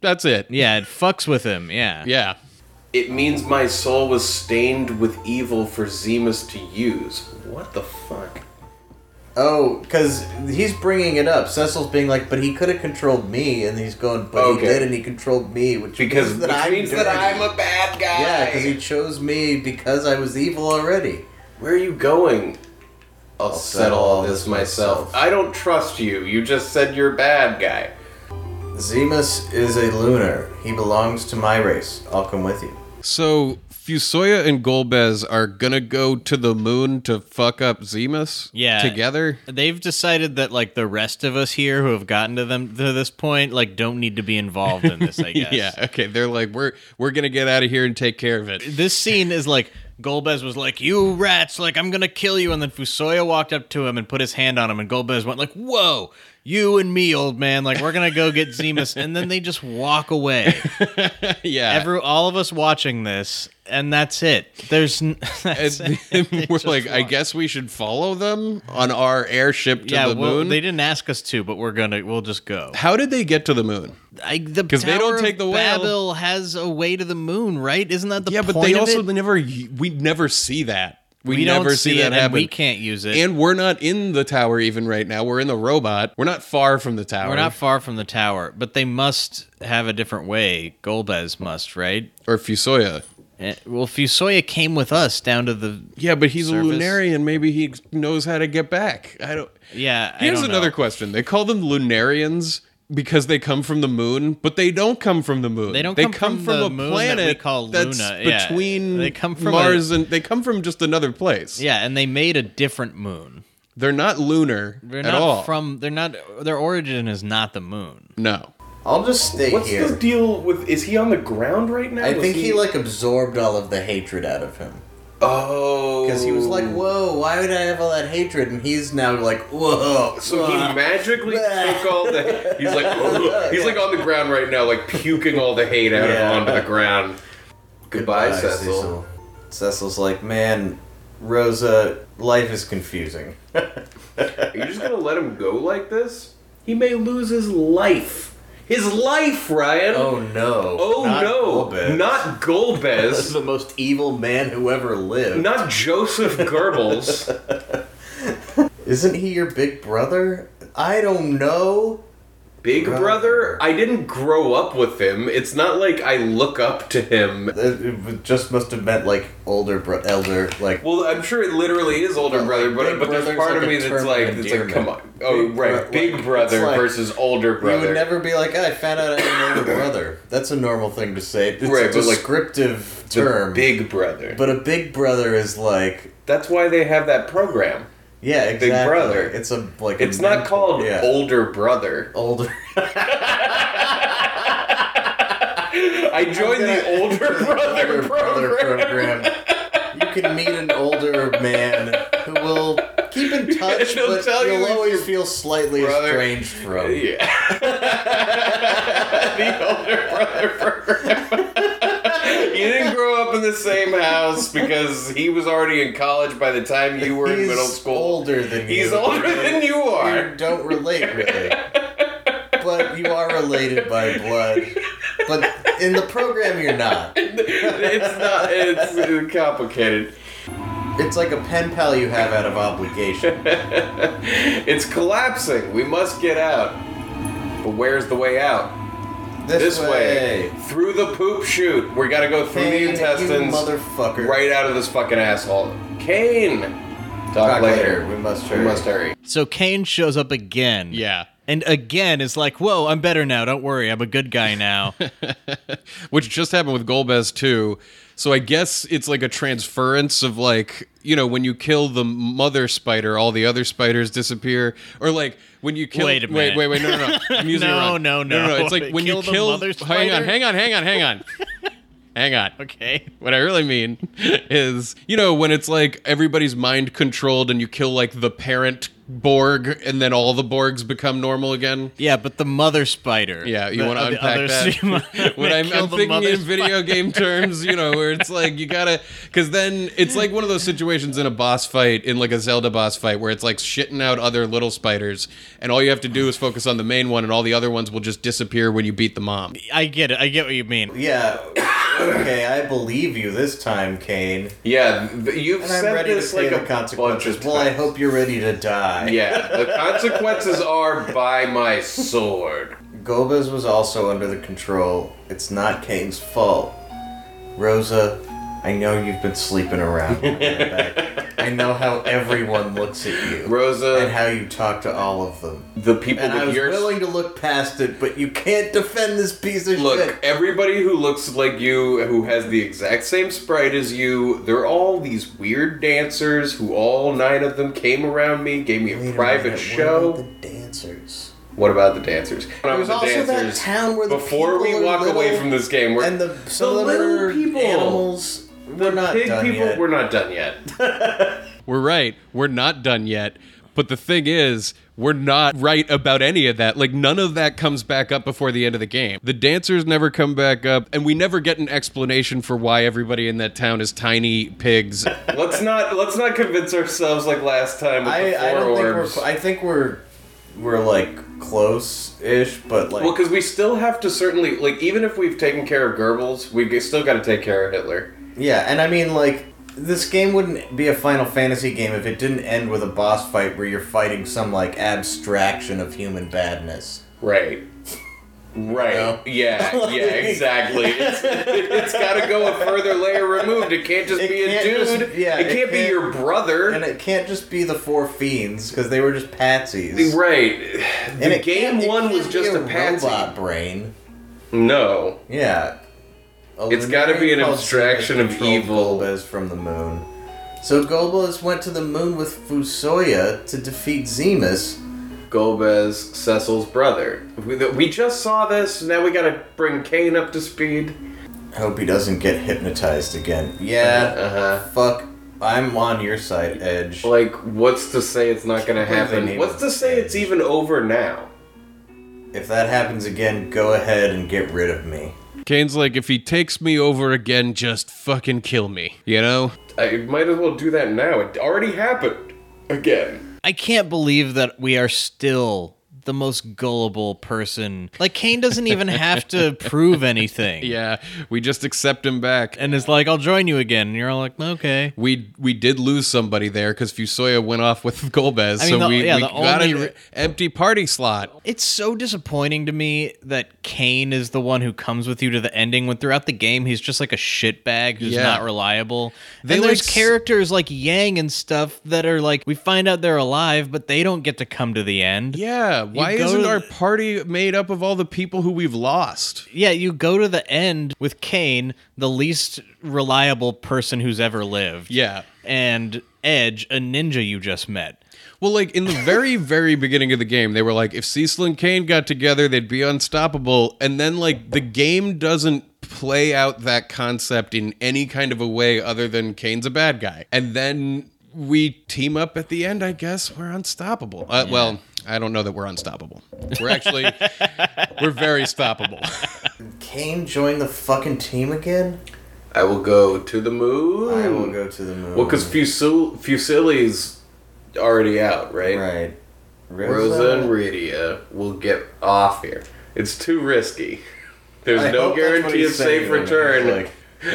I: that's it.
B: yeah, it fucks with him. Yeah,
I: Yeah.
C: It means my soul was stained with evil for Zemus to use. What the fuck?
J: Oh, because he's bringing it up. Cecil's being like, but he could have controlled me, and he's going, but
C: Okay.
J: he did, and he controlled me, which
C: Because
J: means that
C: which
J: I'm
C: means that
J: dirty.
C: I'm a bad guy.
J: yeah, because he chose me because I was evil already.
C: Where are you going? I'll, settle all this myself.
J: myself.
C: I don't trust you. You just said you're a bad guy.
J: Zemus is a lunar. He belongs to my race. I'll come with you.
I: So Fusoya and Golbez are gonna go to the moon to fuck up Zemus
B: Yeah.
I: together.
B: They've decided that like the rest of us here who have gotten to them to this point like don't need to be involved in this, I guess.
I: Yeah, okay. They're like, we're we're gonna get out of here and take care of it.
B: This scene is like Golbez was like, "You rats, like I'm going to kill you." And then Fusoya walked up to him and put his hand on him and Golbez went like, "Whoa, you and me, old man, like we're going to go get Zemus." and then they just walk away.
I: yeah,
B: Every all of us watching this and that's it. There's n-
I: and
B: that's it.
I: then we're like, I guess we should follow them on our airship to
B: Yeah,
I: the
B: well,
I: moon.
B: they didn't ask us to, but we're going to we'll just go.
I: How did they get to the moon?
B: Because
I: they don't take the whale.
B: Babel has a way to the moon, right? Isn't that the
I: yeah, but
B: point
I: they
B: of
I: also
B: it?
I: never we never see that. We,
B: we
I: never
B: don't
I: see,
B: see, it,
I: that happen.
B: and we can't use it.
I: And we're not in the tower even right now. We're in the robot. We're not far from the tower.
B: We're not far from the tower, but they must have a different way. Golbez must, right?
I: or Fusoya.
B: Eh, Well, Fusoya came with us down to the
I: Yeah, but he's
B: Service.
I: a Lunarian. Maybe he knows how to get back. I don't.
B: yeah. I
I: Here's
B: don't know.
I: another question. They call them Lunarians because they come from the moon, but they don't come from the moon.
B: They don't
I: They
B: come
I: come,
B: from
I: from,
B: the
I: a
B: moon that we
I: planet
B: call
I: that's
B: Luna, yeah.
I: between
B: They come from
I: Mars and they come from just another place.
B: Yeah, and they made a different moon.
I: They're not lunar
B: They're
I: at
B: not
I: all.
B: from. They're not. Their origin is not the moon.
I: no.
J: I'll just stay
C: What's
J: here.
C: the deal with? Is he on the ground right now?
J: I
C: Is
J: think he like absorbed all of the hatred out of him.
C: Oh,
J: Because he was like, whoa, why would I have all that hatred? And he's now like, whoa.
C: So he
J: whoa."
C: magically
J: Bleh.
C: took all the. He's like, "Ugh." he's like on the ground right now, like puking all the hate out
J: Yeah.
C: of onto the ground. Goodbye,
J: Bye,
C: Cecil.
J: Cecil's like, man, Rosa, life is confusing.
C: Are you just gonna let him go like this? He may lose his life. His life, Ryan.
J: Oh no.
C: Oh,
J: Not
C: no!
J: Golbez.
C: Not Golbez.
J: the most evil man who ever lived.
C: not Joseph Goebbels.
J: Isn't he your big brother? I don't know.
C: Big Brother, I didn't grow up with him. It's not like I look up to him.
B: It it just must have meant like older, bro- elder, like.
C: Well, I'm sure it literally is older
B: Well,
C: brother, but
B: Big
C: but there's
B: Brother's
C: part
B: like
C: of
B: a
C: me
B: term
C: that's
B: of
C: like that's like come on.
B: endearment.
C: Oh
B: Big
C: right,
B: bro-
C: Big
B: like,
C: Brother
B: it's like-
C: versus older
B: You
C: brother.
B: would never be like, I found out I had an older brother. That's a normal thing to say. It's
C: Right,
B: a
C: but, like,
B: descriptive
C: The
B: term.
C: Big Brother.
B: but a big brother is like,
C: That's why they have that program.
B: yeah, exactly.
C: brother.
B: It's a like. a
C: It's not
B: mentor.
C: called
B: yeah.
C: Older Brother.
B: older.
C: I joined the Older Brother program.
B: program. You can meet an older man who will keep in touch,
C: He'll
B: but
C: tell you
B: you'll
C: he's
B: always
C: your
B: feel slightly
C: brother.
B: estranged from.
C: Yeah. the older brother program. you didn't grow up in the same house because he was already in college by the time you were in
B: He's
C: middle school.
B: older than you.
C: He's older than you
B: You
C: are.
B: don't relate really, but you are related by blood. But in the program, you're not.
C: it's not. It's complicated.
B: It's like a pen pal you have out of obligation.
C: It's collapsing. We must get out. But where's the way out? This way. Through the poop chute. We gotta go through
B: Hey,
C: the intestines.
B: you motherfucker.
C: right out of this fucking asshole. Kane! Talk,
B: Talk
C: later.
B: later. We must.
C: We
B: hurry.
C: must hurry.
K: So Kane shows up again.
L: Yeah.
K: And again is like, whoa, I'm better now. Don't worry. I'm a good guy now.
L: which just happened with Golbez too. So I guess it's like a transference of like you know when you kill the mother spider, all the other spiders disappear, or like when you kill
K: Wait a
L: wait
K: minute.
L: wait wait no no no I'm using it
K: No,
L: wrong.
K: no, no.
L: It's like when
K: Kill
L: you
K: the
L: kill
K: mother
L: hang on
K: spider?
L: hang on hang on hang on hang on.
K: okay.
L: What I really mean is you know when it's like everybody's mind controlled and you kill like the parent Borg and then all the Borgs become normal again.
K: Yeah, but the mother spider.
L: Yeah, you
K: The-
L: want to
K: the other
L: unpack that.
K: Seaman
L: when I'm,
K: killed
L: I'm
K: the
L: thinking
K: mother
L: in
K: spider.
L: video game terms, you know, where it's like you gotta, because then it's like one of those situations in a boss fight, in like a Zelda boss fight, where it's like shitting out other little spiders, and all you have to do is focus on the main one, and all the other ones will just disappear when you beat the mom.
K: I get it. I get what you mean.
B: Yeah. Okay, I believe you this time, Kane.
C: Yeah, th- you've
B: And I'm
C: said
B: ready to
C: this
B: say
C: like
B: the
C: a bunch
B: consequences.
C: of
B: Well, I
C: times.
B: hope you're ready to die.
C: Yeah, the consequences are by my sword.
B: Gobez was also under the control. It's not Kane's fault. Rosa, I know you've been sleeping around. behind my back. I know how everyone looks at you. and
C: Rosa,
B: how you talk to all of them.
C: the people
B: And I
C: with
B: was
C: your
B: willing to look past it, but you can't defend this piece of
C: Look,
B: shit.
C: everybody who looks like you, who has the exact same sprite as you, they're all these weird dancers who all nine of them came around me, gave me a
B: Wait a
C: private
B: minute,
C: show.
B: What about the dancers?
C: what about the dancers?
B: There was
C: The
B: also that
C: dancers.
B: town where the
C: Before we
B: people are
C: walk away
B: little
C: from this game, we're,
B: and the some
C: The
B: of them
C: little
B: are
C: people.
B: animals.
C: the
B: we're not
C: pig
B: done
C: people,
B: yet.
C: we're not done yet.
L: We're right, we're not done yet, but the thing is. We're not right about any of that. Like, none of that comes back up before the end of the game. The dancers never come back up, and we never get an explanation for why everybody in that town is tiny pigs
C: let's not let's not convince ourselves like last time with the
B: I,
C: four
B: I don't
C: orbs.
B: think we're. I think we're we're like close-ish, but like
C: well, because we still have to certainly like even if we've taken care of Goebbels, we g- still got to take care of Hitler.
B: yeah. And I mean, like this game wouldn't be a Final Fantasy game if it didn't end with a boss fight where you're fighting some like abstraction of human badness.
C: Right. Right.
B: No.
C: Yeah. Yeah. Exactly. It's, it's got to go a further layer removed. It can't just
B: It
C: be
B: can't
C: a
B: just-
C: dude.
B: yeah,
C: It,
B: it
C: can't be
B: can't-
C: your brother.
B: And it can't just be the four fiends because they were just patsies.
C: right.
B: And
C: The
B: it
C: game
B: can't- it
C: one
B: can't
C: was
B: be
C: just a,
B: a
C: patsy.
B: robot brain.
C: No.
B: Yeah. A
C: It's gotta be an
B: luminary called
C: abstraction of
B: controlled
C: evil.
B: Golbez from the moon. So Golbez went to the moon with Fusoya to defeat Zemus.
C: Golbez, Cecil's brother. We, we just saw this. Now we got to bring Kane up to speed.
B: I hope he doesn't get hypnotized again. Yeah.
C: Uh-huh.
B: Fuck. I'm on your side, Edge.
C: Like, what's to say it's not gonna
B: Can't believe they
C: happen?
B: named
C: What's to
B: him
C: say it's
B: Edge.
C: even over now?
B: If that happens again, go ahead and get rid of me.
L: Kane's like, if he takes me over again, just fucking kill me. You know?
C: I might as well do that now. It already happened. Again.
K: I can't believe that we are still
B: the most gullible person. Like Kane doesn't even have to prove anything.
M: Yeah, we just accept him back.
B: And it's like, I'll join you again. And you're all like, okay.
M: we we did lose somebody there because Fusoya went off with Golbez,
B: I mean,
M: so
B: the-
M: we,
B: yeah,
M: we
B: the
M: got
B: only
M: an
B: re-
M: empty party slot.
B: It's so disappointing to me that Kane is the one who comes with you to the ending when throughout the game he's just like a shitbag who's
M: Yeah.
B: not reliable.
M: They,
B: and there's
M: like, s-
B: characters like Yang and stuff that are like we find out they're alive, but they don't get to come to the end.
M: Yeah, why
B: go
M: isn't
B: to
M: our
B: the-
M: party made up of all the people who we've lost?
B: Yeah, you go to the end with Kane, the least reliable person who's ever lived.
M: Yeah.
B: And Edge, a ninja you just met.
M: Well, like in the very, very beginning of the game, they were like, if Cecil and Kane got together, they'd be unstoppable. And then, like, the game doesn't play out that concept in any kind of a way other than Kane's a bad guy. And then we team up at the end, I guess. We're unstoppable. Uh, Well, I don't know that we're unstoppable. We're actually, we're very stoppable.
H: Kane joined the fucking team again?
C: I will go to the moon.
H: I will go to the moon.
C: Well, because Fusil- Fusili's already out, right?
H: Right.
C: Rosa and Rydia will get off here. It's too risky. There's
H: I
C: no
H: hope that's what
C: guarantee
H: he's
C: of safe
H: saying when it's
C: return.
H: like-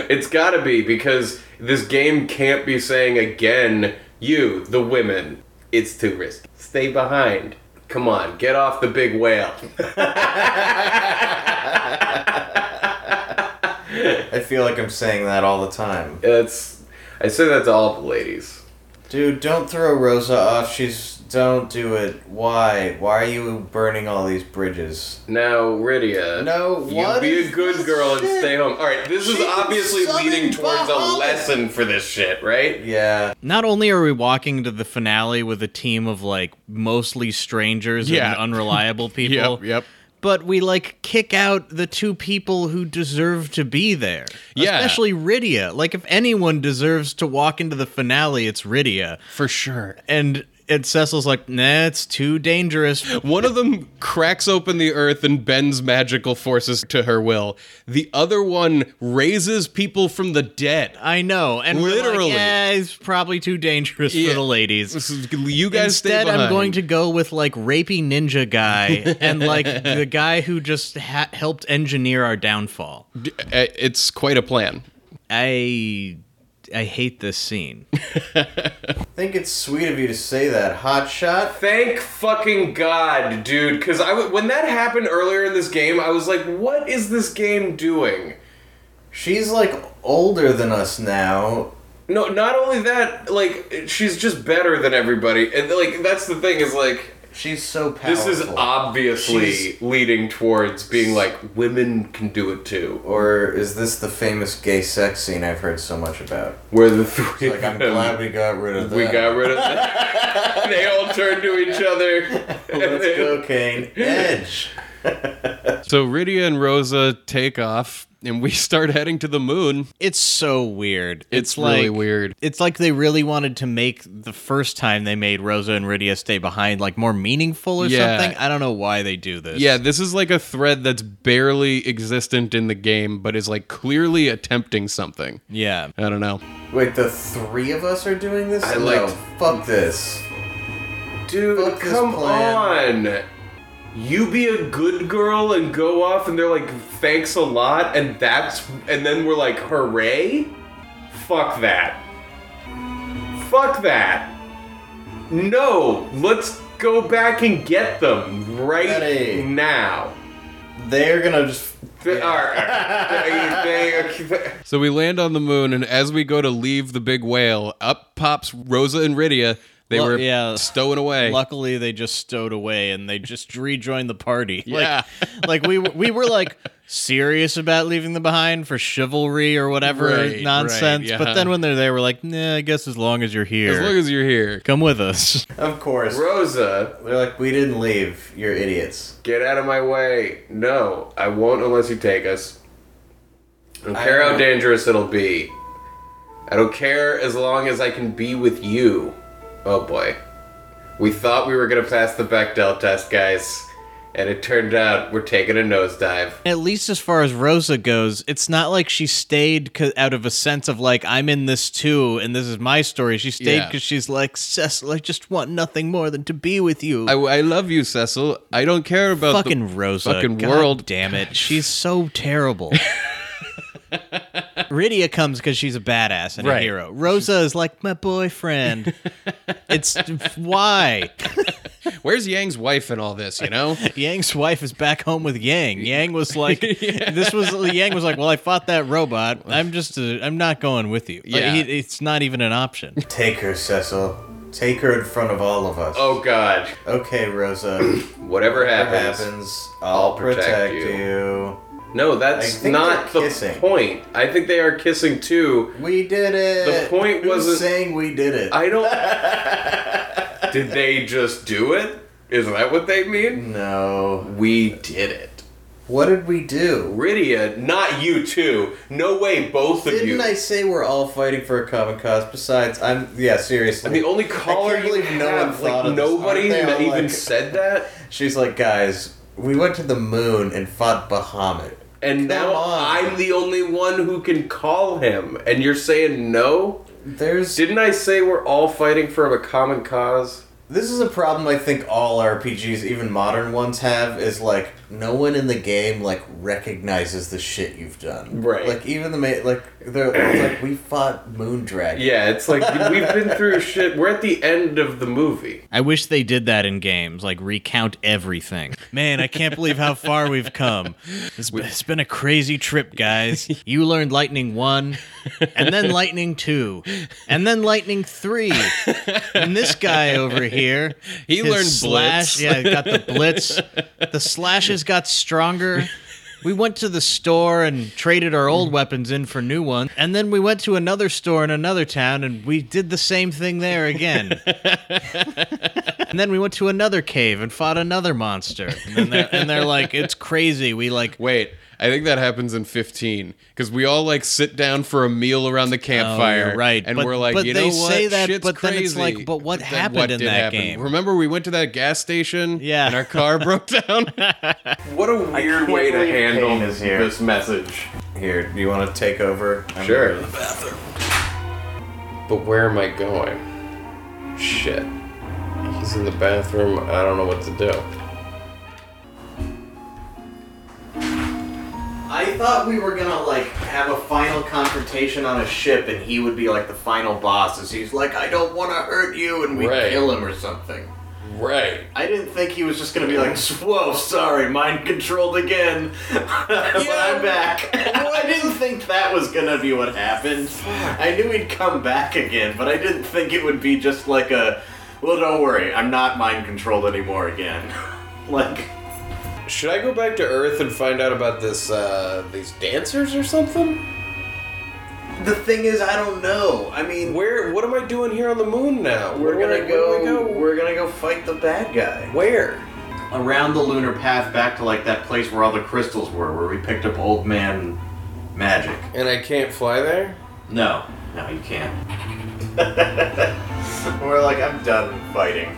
C: It's gotta be because this game can't be saying again, you, the women, it's too risky. Stay behind. Come on, get off the big whale.
H: I feel like I'm saying that all the time.
C: That's I say that to all the ladies.
H: Dude, don't throw Rosa off. She's. Don't do it. Why? Why are you burning all these bridges?
C: Now, Rydia.
H: No, what
C: You be
H: is
C: a good
H: this
C: girl and
H: shit?
C: stay home. All right, this is
H: She's
C: obviously
H: Southern
C: leading towards a
H: Bahamas.
C: lesson for this shit, right?
H: Yeah.
B: Not only are we walking to the finale with a team of like mostly strangers
M: Yeah.
B: and unreliable people,
M: yep, yep.
B: but we like kick out the two people who deserve to be there.
M: Yeah.
B: Especially Rydia. Like if anyone deserves to walk into the finale, it's Rydia.
M: For sure.
B: And and Cecil's like, nah, it's too dangerous.
M: One of them cracks open the earth and bends magical forces to her will. The other one raises people from the dead.
B: I know. And literally,
M: Literally.
B: yeah, it's probably too dangerous
M: Yeah.
B: for the ladies.
M: This is- You guys stay
B: Instead,
M: behind.
B: I'm going to go with like rapey ninja guy and like the guy who just ha- helped engineer our downfall.
M: D- uh, It's quite a plan.
B: I I hate this scene.
H: I think it's sweet of you to say that, hot shot.
C: Thank fucking god, dude. Because I w- when that happened earlier in this game, I was like, "What is this game doing?"
H: She's like older than us now.
C: No, not only that, like she's just better than everybody, and like that's the thing is like
H: She's so powerful.
C: this is obviously
H: She's-
C: leading towards being like women can do it too.
H: Or is this the famous gay sex scene I've heard so much about?
C: Where the three
H: Like, I'm
C: of them-
H: glad we got rid of that.
C: we got rid of that. they all turned to each other. and
H: Let's
C: then-
H: go, Kane. Edge.
M: So Rydia and Rosa take off, and we start heading to the moon.
B: It's so weird.
M: It's,
B: It's, like
M: really weird.
B: It's like they really wanted to make the first time they made Rosa and Rydia stay behind like more meaningful or
M: Yeah.
B: something. I don't know why they do this.
M: Yeah, this is like a thread that's barely existent in the game, but is like clearly attempting something.
B: Yeah.
M: I don't know.
H: Wait, the three of us are doing this?
C: I
H: no,
C: liked-
H: fuck this.
C: Dude,
H: Fuck this
C: come
H: plan.
C: on. You be a good girl and go off, and they're like, "Thanks a lot," and that's, and then we're like, "Hooray!" Fuck that. Fuck that. No, let's go back and get them right
H: Ready.
C: now.
H: They're gonna just.
C: Th- all right, they- they- okay,
M: So we land on the moon, and as we go to leave the big whale, up pops Rosa and Rydia. They
B: Well,
M: were
B: yeah.
M: stowing away.
B: Luckily, they just stowed away and they just rejoined the party.
M: Yeah.
B: Like, like we we were like serious about leaving them behind for chivalry or whatever
M: Right, right,
B: nonsense.
M: yeah.
B: But then when they're there, we're like, nah, I guess as long as you're here,
M: As long as you're here.
B: come with us.
H: Of course.
C: Rosa,
H: They're like, we didn't leave. You're idiots.
C: get out of my way. No, I won't unless you take us. I don't care how
H: I-
C: dangerous it'll be. I don't care as long as I can be with you. Oh boy. We thought we were gonna pass the Bechdel test, guys.
N: and it turned out we're taking a nosedive.
B: At least as far as Rosa goes, it's not like she stayed 'cause- out of a sense of like I'm in this too, and this is my story. She stayed
O: Yeah.
B: because she's like Cecil. I just want nothing more than to be with you.
O: I, I love you, Cecil. I don't care about the-
B: fucking Rosa.
O: fucking
B: God
O: world.
B: Damn it, she's so terrible. Rydia comes because she's a badass and a
O: Right.
B: hero. Rosa is like my boyfriend. it's why
O: Where's Yang's wife in all this? You know,
B: Yang's wife is back home with Yang. Yang was like, this was Yang was like, well, I fought that robot. I'm just, i I'm not going with you. Like,
O: Yeah.
B: he- it's not even an option.
H: Take her, Cecil. Take her in front of all of us.
N: Oh God!
H: Okay, Rosa.
N: Whatever
H: Whatever
N: happens.
H: happens, I'll,
N: I'll protect
H: protect,
N: you.
H: you.
C: No,
H: I
C: that's
H: think
C: not
H: they're
C: the
H: kissing.
C: point. I think they are kissing too.
H: We did
C: The
H: it.
C: point
H: Who's
C: wasn't-
H: saying we did it.
C: I don't. did they just do it? Is that what they mean?
H: no.
C: We did it.
H: What did we do?
C: Rydia, not you two. No way, both of
H: Didn't
C: you.
H: I say we're all fighting for a common cause? Besides, I'm yeah, seriously.
C: I'm the only caller
H: can't
C: you
H: believe
C: have.
H: no one
C: like
H: thought of this.
C: nobody
H: Aren't they all
C: even
H: like-
C: said that.
H: She's like, guys, we went to the moon and fought Bahamut.
C: And now
H: on.
C: I'm the only one who can call him, and you're saying no?
H: There's
C: Didn't I say we're all fighting for a common cause?
H: this is a problem I think all RPGs, even modern ones, have is like no one in the game like recognizes the shit you've done.
C: Right.
H: Like even the ma- like they're it's like we fought Moon Dragon.
C: Yeah, it's like we've been through shit. We're at the end of the movie.
B: I wish they did that in games, like recount everything. Man, I can't believe how far we've come. It's been, it's been a crazy trip, guys. You learned Lightning 1, and then Lightning 2, and then Lightning 3. And this guy over here.
O: He
B: his
O: learned Blitz.
B: slash, Yeah, got the Blitz. The slashes got stronger. We went to the store and traded our old weapons in for new ones. And then we went to another store in another town and we did the same thing there again. And then we went to another cave and fought another monster. And, then they're, and they're like, it's crazy. We like,
O: wait. I think that happens in 15 because we all like sit down for a meal around the campfire,
B: Oh, you're right.
O: And
B: But-
O: we're like,
B: but
O: you
B: they
O: know what?
B: say that,
O: Shit's
B: but then
O: crazy.
B: it's like, but what
O: Then
B: happened in
O: did
B: that game?
O: Remember, we went to that gas station,
B: Yeah.
O: and our car broke down.
C: What a weird
H: can't
C: way to
H: believe
C: handle
H: Kane is here.
C: this message.
H: Here, do you want to take over? I'm
C: Sure.
H: gonna-
C: But where am I going? Shit. He's in the bathroom. I don't know what to do.
H: I thought we were gonna like have a final confrontation on a ship, and he would be like the final boss, as he's like, "I don't want to hurt you," and we
C: Right.
H: kill him or something.
C: Right.
H: I didn't think he was just gonna be like, "Whoa, sorry, mind controlled again," but I'm back. I didn't think that was gonna be what happened. I knew he'd come back again, but I didn't think it would be just like a, "Well, don't worry, I'm not mind controlled anymore again." like.
C: Should I go back to Earth and find out about this, uh, these dancers or something?
H: The thing is, I don't know. I mean,
C: Where, what am I doing here on the moon now? Where
H: We're
C: do
H: gonna
C: I- where
H: go.
C: do I
H: We're gonna go fight the bad guy
C: Where?
H: around the lunar path, back to like that place where all the crystals were, where we picked up old man magic.
C: And I can't fly there?
H: No, no, you can't. we're like, I'm done fighting.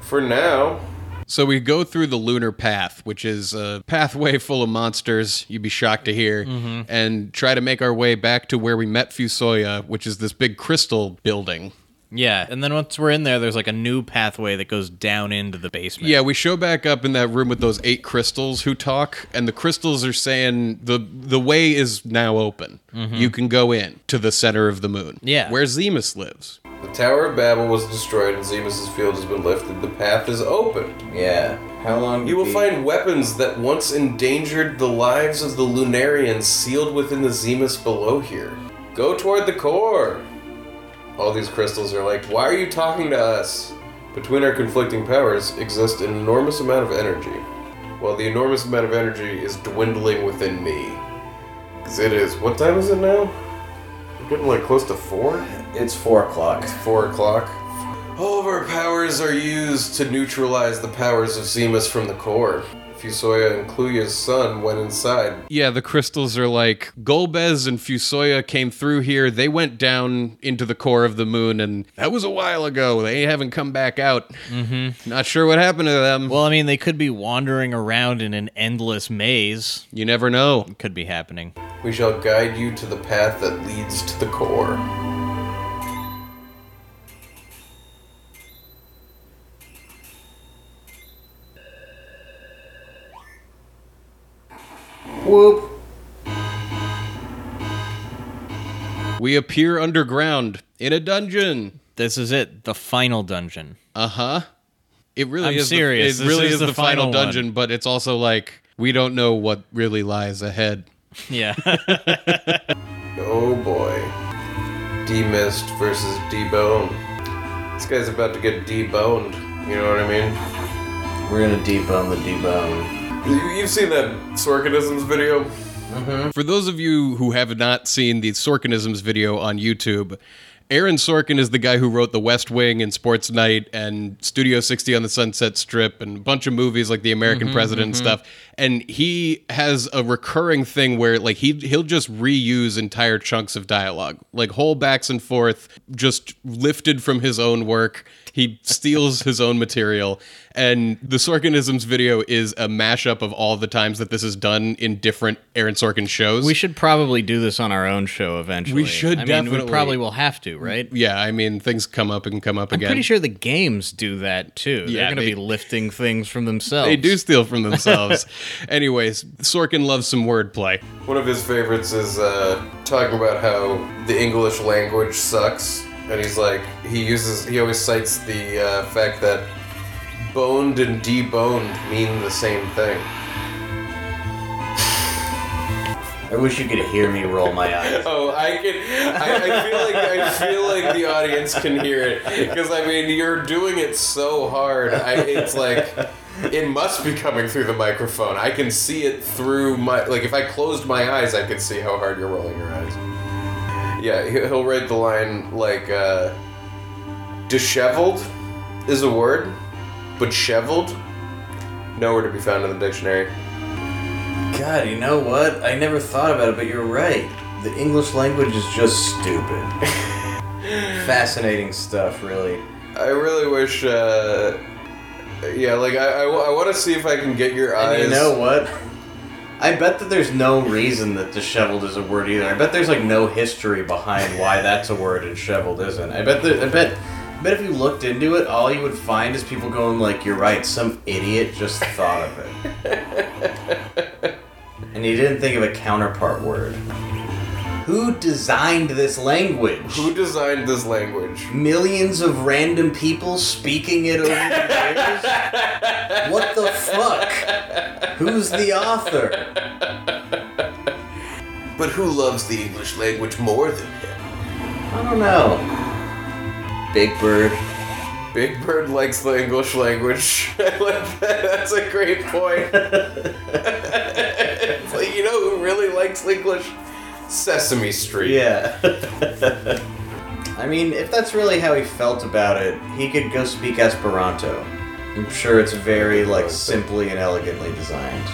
C: For now.
O: So we go through the lunar path, which is a pathway full of monsters, you'd be shocked to hear,
C: Mm-hmm.
O: and try to make our way back to where we met Fusoya, which is this big crystal building.
B: yeah. And then once we're in there, there's like a new pathway that goes down into the basement.
O: Yeah, we show back up in that room with those eight crystals who talk, and the crystals are saying the the way is now open. You can go in to the center of the moon.
B: Mm-hmm. Yeah.
O: Where Zemus lives.
C: The Tower of Babel was destroyed and Zemus's field has been lifted. The path is open.
H: Yeah. How long?
C: You will
H: did
C: find weapons that once endangered the lives of the Lunarians sealed within the Zemus below here. Go toward the core! All these crystals are like, why are you talking to us? Between our conflicting powers exists an enormous amount of energy. While the enormous amount of energy is dwindling within me. Because it is. What time is it now? We're getting like close to four?
H: It's four o'clock.
C: Four o'clock. All of our powers are used to neutralize the powers of Zemus from the core. Fusoya and Kluya's son went inside.
I: Yeah, the crystals are like Golbez and Fusoya came through here. They went down into the core of the moon, and that was a while ago. They haven't come back out. Mm-hmm. Not sure what happened to them.
B: Well, I mean, they could be wandering around in an endless maze.
I: you never know.
B: Could be happening.
C: We shall guide you to the path that leads to the core.
J: Whoop.
I: We appear underground in a dungeon.
B: This is it, the final dungeon.
I: Uh huh. It really
B: I'm
I: is.
B: serious.
I: The,
B: This
I: it really
B: is
I: is,
B: the
I: the, final,
B: final one.
I: dungeon, but it's also like we don't know what really lies ahead.
B: Yeah.
C: Oh boy. Demist versus debone. This guy's about to get deboned. You know what I mean?
H: We're gonna debone the debone.
C: You- You've seen that Sorkinisms video?
I: For those of you who have not seen the Sorkinisms video on YouTube, Aaron Sorkin is the guy who wrote The West Wing and Sports Night and Studio 60 on the Sunset Strip and a bunch of movies like The American President and stuff. And he has a recurring thing where like he he'll just reuse entire chunks of dialogue, like whole backs and forth, just lifted from his own work. He steals his own material. And the Sorkinisms video is a mashup of all the times that this is done in different Aaron Sorkin shows.
B: we should probably do this on our own show eventually.
I: We should
B: I mean, we
I: definitely.
B: probably will have to, right?
I: yeah, I mean, things come up and come up
B: I'm
I: again.
B: pretty sure the games do that too.
I: Yeah,
B: They're going to
I: they-
B: be lifting things from themselves.
I: They do steal from themselves. Anyways, Sorkin loves some wordplay.
C: One of his favorites is uh, talking about how the English language sucks, and he's like, he uses, he always cites the uh, fact that boned and deboned mean the same thing.
H: I wish you could hear me roll my eyes.
C: Oh, I can, I, I feel like I feel like the audience can hear it because I mean you're doing it so hard. I, it's like it must be coming through the microphone. I can see it through my like if I closed my eyes, I could see how hard you're rolling your eyes. Yeah, he- he'll write the line like uh, disheveled is a word, but sheveled nowhere to be found in the dictionary.
H: God, you know what? I never thought about it, but you're right. The English language is just stupid. Fascinating stuff, really.
C: I really wish. Uh, yeah, like I, I, want to see if I can get your
H: And
C: eyes.
H: you know what? I bet that there's no reason that disheveled is a word either. I bet there's like no history behind why that's a word and disheveled isn't. I bet there, I bet I bet if you looked into it, all you would find is people going like, "You're right, some idiot just thought of it." and he didn't think of a counterpart word. Who designed this language?
C: who designed this language?
H: Millions of random people speaking it over the years? What the fuck? Who's the author?
C: But who loves the English language more than him?
H: I don't know. Big Bird.
C: Big Bird likes the English language. I like that. That's a great point. It's like, you know who really likes English? Sesame Street.
H: Yeah. I mean, if that's really how he felt about it, he could go speak Esperanto. I'm sure it's very like simply and elegantly designed.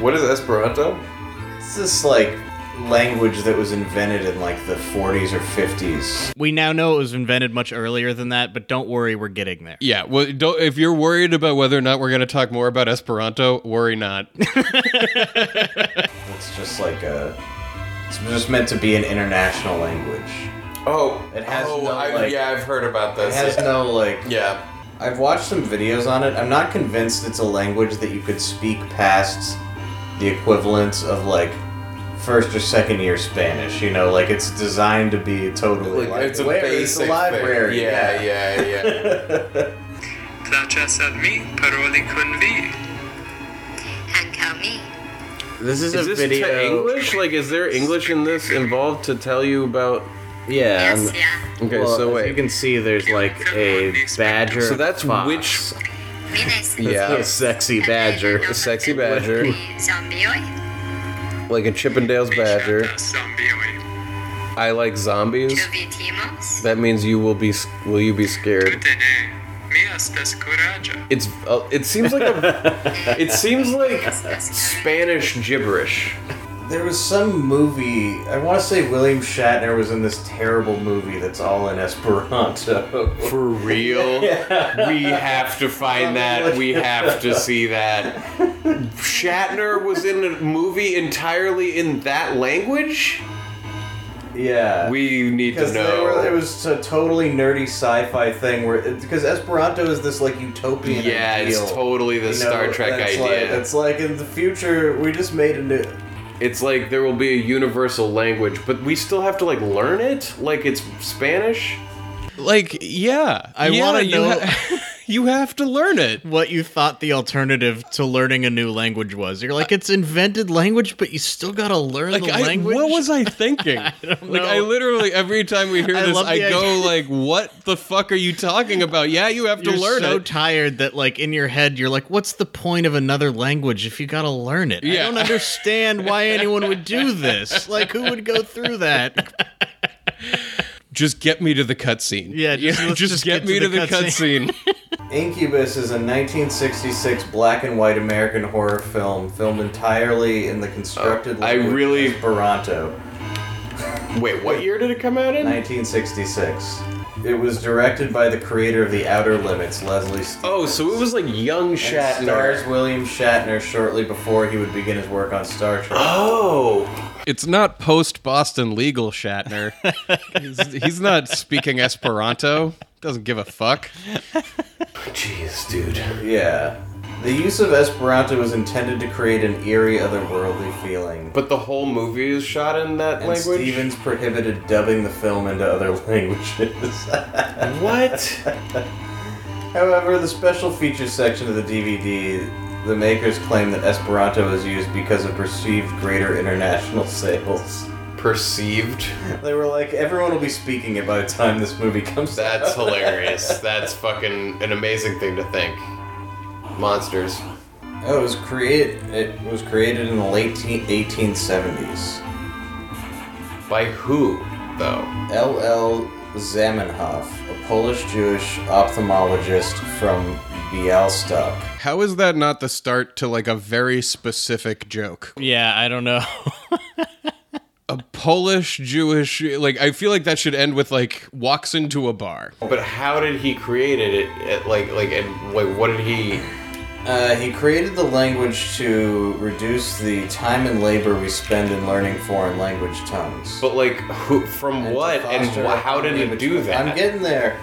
C: What is Esperanto?
H: It's this like language that was invented in like the 40s or 50s.
B: We now know it was invented much earlier than that, but don't worry, we're getting there.
I: Yeah, well, don't, if you're worried about whether or not we're going to talk more about Esperanto, worry not.
H: It's just like a. It's just meant to be an international language.
C: Oh,
H: It has
C: oh,
H: no,
C: I,
H: like-
C: yeah, I've heard about
H: It
C: this.
H: has no like.
C: yeah.
H: I've watched some videos on it. I'm not convinced it's a language that you could speak past the equivalence of like first or second year Spanish. You know, like it's designed to be totally
C: Like,
H: like,
C: it's a
H: "Where is
C: basic
H: the library.
C: Thing. Yeah, yeah, yeah.
P: Plaĉas al mi paroli kun vi.
Q: Ankaŭ mi.
H: This is, a
C: this
H: video.
C: to English? Like, is there English in this involved to tell you about? Um,
H: Yeah.
Q: Yes, yeah.
C: Okay,
H: well,
C: so
H: as
C: wait.
H: you can see, there's like a badger.
C: So that's
H: fox.
C: which-
Q: Mi ne scias.
H: That's
C: Yeah.
H: a sexy badger.
Q: Yes.
C: Sexy badger,
Q: Zombioj?
C: like a Chippendales badger.
P: Zombioj.
C: I like zombies.
Q: Ĉu vi timos?
C: That means you will be. Will you be scared?
P: Tute ne. Mi estas kuraĝa?
C: It's uh, it seems like a it seems like Spanish gibberish.
H: There was some movie. I want to say William Shatner was in this terrible movie that's all in Esperanto.
C: For real, we have to find that. We have to see that. Shatner was in a movie entirely in that language.
H: yeah.
C: We need to
H: Because they
C: know.
H: were- it was a totally nerdy sci-fi thing where because Esperanto is this like utopian.
C: yeah, it's
H: ideal,
C: totally the
H: you know,
C: Star Trek
H: that's
C: idea.
H: Like, it's like in the future we just made a new.
C: it's like there will be a universal language, but we still have to like learn it, like it's Spanish.
R: Like, yeah,
B: I
R: yeah,
B: wanna
R: you
B: know-
R: ha- you have to learn it.
B: What you thought the alternative to learning a new language was? You're like, it's invented language, but you still gotta learn
R: Like,
B: the
R: I,
B: language.
R: what was I thinking? Like, I
B: know.
R: literally every time we hear
B: I
R: this,
B: love
R: I
B: the
R: go
B: idea.
R: like, "What the fuck are you talking about?" Yeah, you have to
B: You're
R: learn
B: so
R: it.
B: tired that, like, in your head, you're like, "What's the point of another language if you gotta learn it?"
R: Yeah.
B: I don't understand why anyone would do this. Like, who would go through that?
R: just get me to the cutscene.
B: Yeah, just-
R: just,
B: let's just
R: get,
B: get
R: me
B: to
R: to the
B: the
R: cutscene.
H: Incubus is a 1966 black and white American horror film filmed entirely in the constructed.
B: Oh.
C: I
H: language of
C: really-
H: Esperanto.
C: Wait, what year did it come out in?
H: 1966. It was directed by the creator of The Outer Limits, Leslie Stevens.
C: Oh, so it was like young
H: and
C: Shatner.
H: Stars William Shatner shortly before he would begin his work on Star Trek.
C: Oh,
R: it's not post Boston legal Shatner. he's, he's not speaking Esperanto. Doesn't give a fuck.
C: jeez, dude.
H: Yeah. The use of Esperanto was intended to create an eerie, otherworldly feeling.
C: But the whole movie is shot in that
H: And
C: language.
H: Stevens prohibited dubbing the film into other languages.
C: What?
H: However, the special features section of the DVD, the makers claim that Esperanto is used because of perceived greater international sales.
C: Perceived.
H: They were like, everyone will be speaking it by the time this movie comes
C: That's
H: out.
C: hilarious. That's fucking an amazing thing to think. Monsters.
H: Oh, it was created. It was created in the late teen- 1870s.
C: By who, though?
H: L.L. Zamenhof, a Polish Jewish ophthalmologist from Bialystok.
R: How is that not the start to like a very specific joke?
B: yeah, I don't know.
R: A Polish Jewish like I feel like that should end with like walks into a bar.
C: But how did he create it? it, it like, like, and like, what did he?
H: Uh, he created the language to reduce the time and labor we spend in learning foreign language tongues.
C: But like, who? From
H: And to
C: what? And
H: foster
C: wh- how did
H: harmony
C: he do
H: between-
C: that?
H: I'm getting there.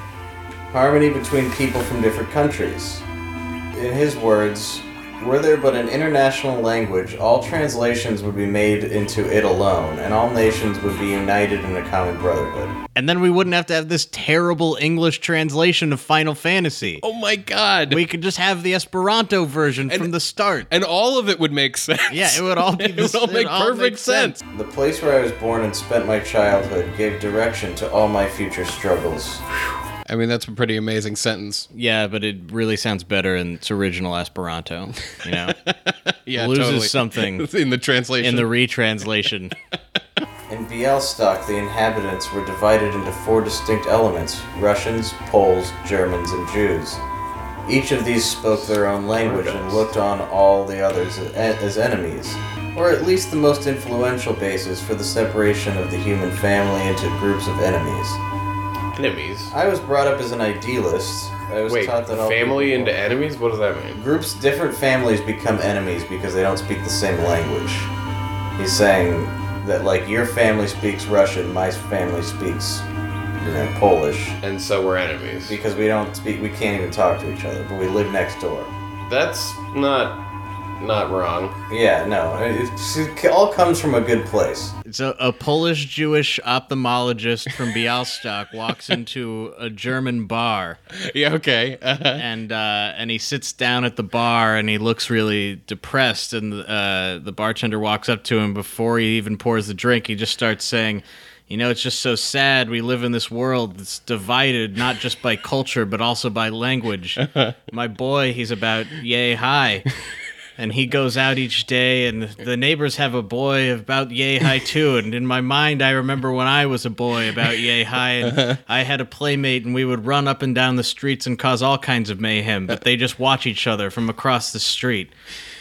H: Harmony between people from different countries. In his words, were there but an international language, all translations would be made into it alone, and all nations would be united in a common brotherhood.
B: and then we wouldn't have to have this terrible English translation of Final Fantasy.
R: Oh my god.
B: We could just have the Esperanto version from the start.
R: and all of it would make sense.
B: yeah, it would all be.
R: It
B: the-
R: would all make perfect
B: make
R: sense.
H: The place where I was born and spent my childhood gave direction to all my future struggles.
R: I mean, that's a pretty amazing sentence.
B: Yeah, but it really sounds better in its original Esperanto. You know,
R: Yeah,
B: Loses
R: totally.
B: something
R: in the translation.
B: in the retranslation.
H: In Bialystok, the inhabitants were divided into four distinct elements Russians, Poles, Germans, and Jews. Each of these spoke their own language and looked on all the others a- as enemies, or at least the most influential basis for the separation of the human family into groups of enemies.
C: Enemies.
H: I was brought up as an idealist. I was
C: Wait,
H: taught that all
C: family
H: people-
C: into enemies? What does that mean?
H: groups different families become enemies because they don't speak the same language he's saying that like your family speaks russian my family speaks you know polish
C: And so we're enemies.
H: because we don't speak we can't even talk to each other but we live next door
C: That's not, not wrong.
H: yeah no it's, it all comes from a good place
B: It's a, a Polish Jewish ophthalmologist from Bialystok walks into a German bar
R: yeah, okay. Uh-huh.
B: and uh, and he sits down at the bar and he looks really depressed and uh, the bartender walks up to him before he even pours the drink. He just starts saying. You know, it's just so sad. We live in this world that's divided not just by culture, but also by language. My boy, he's about yay high. and he goes out each day and the neighbors have a boy about yay high too and in my mind i remember when i was a boy about yay high and i had a playmate and we would run up and down the streets and cause all kinds of mayhem but they just watch each other from across the street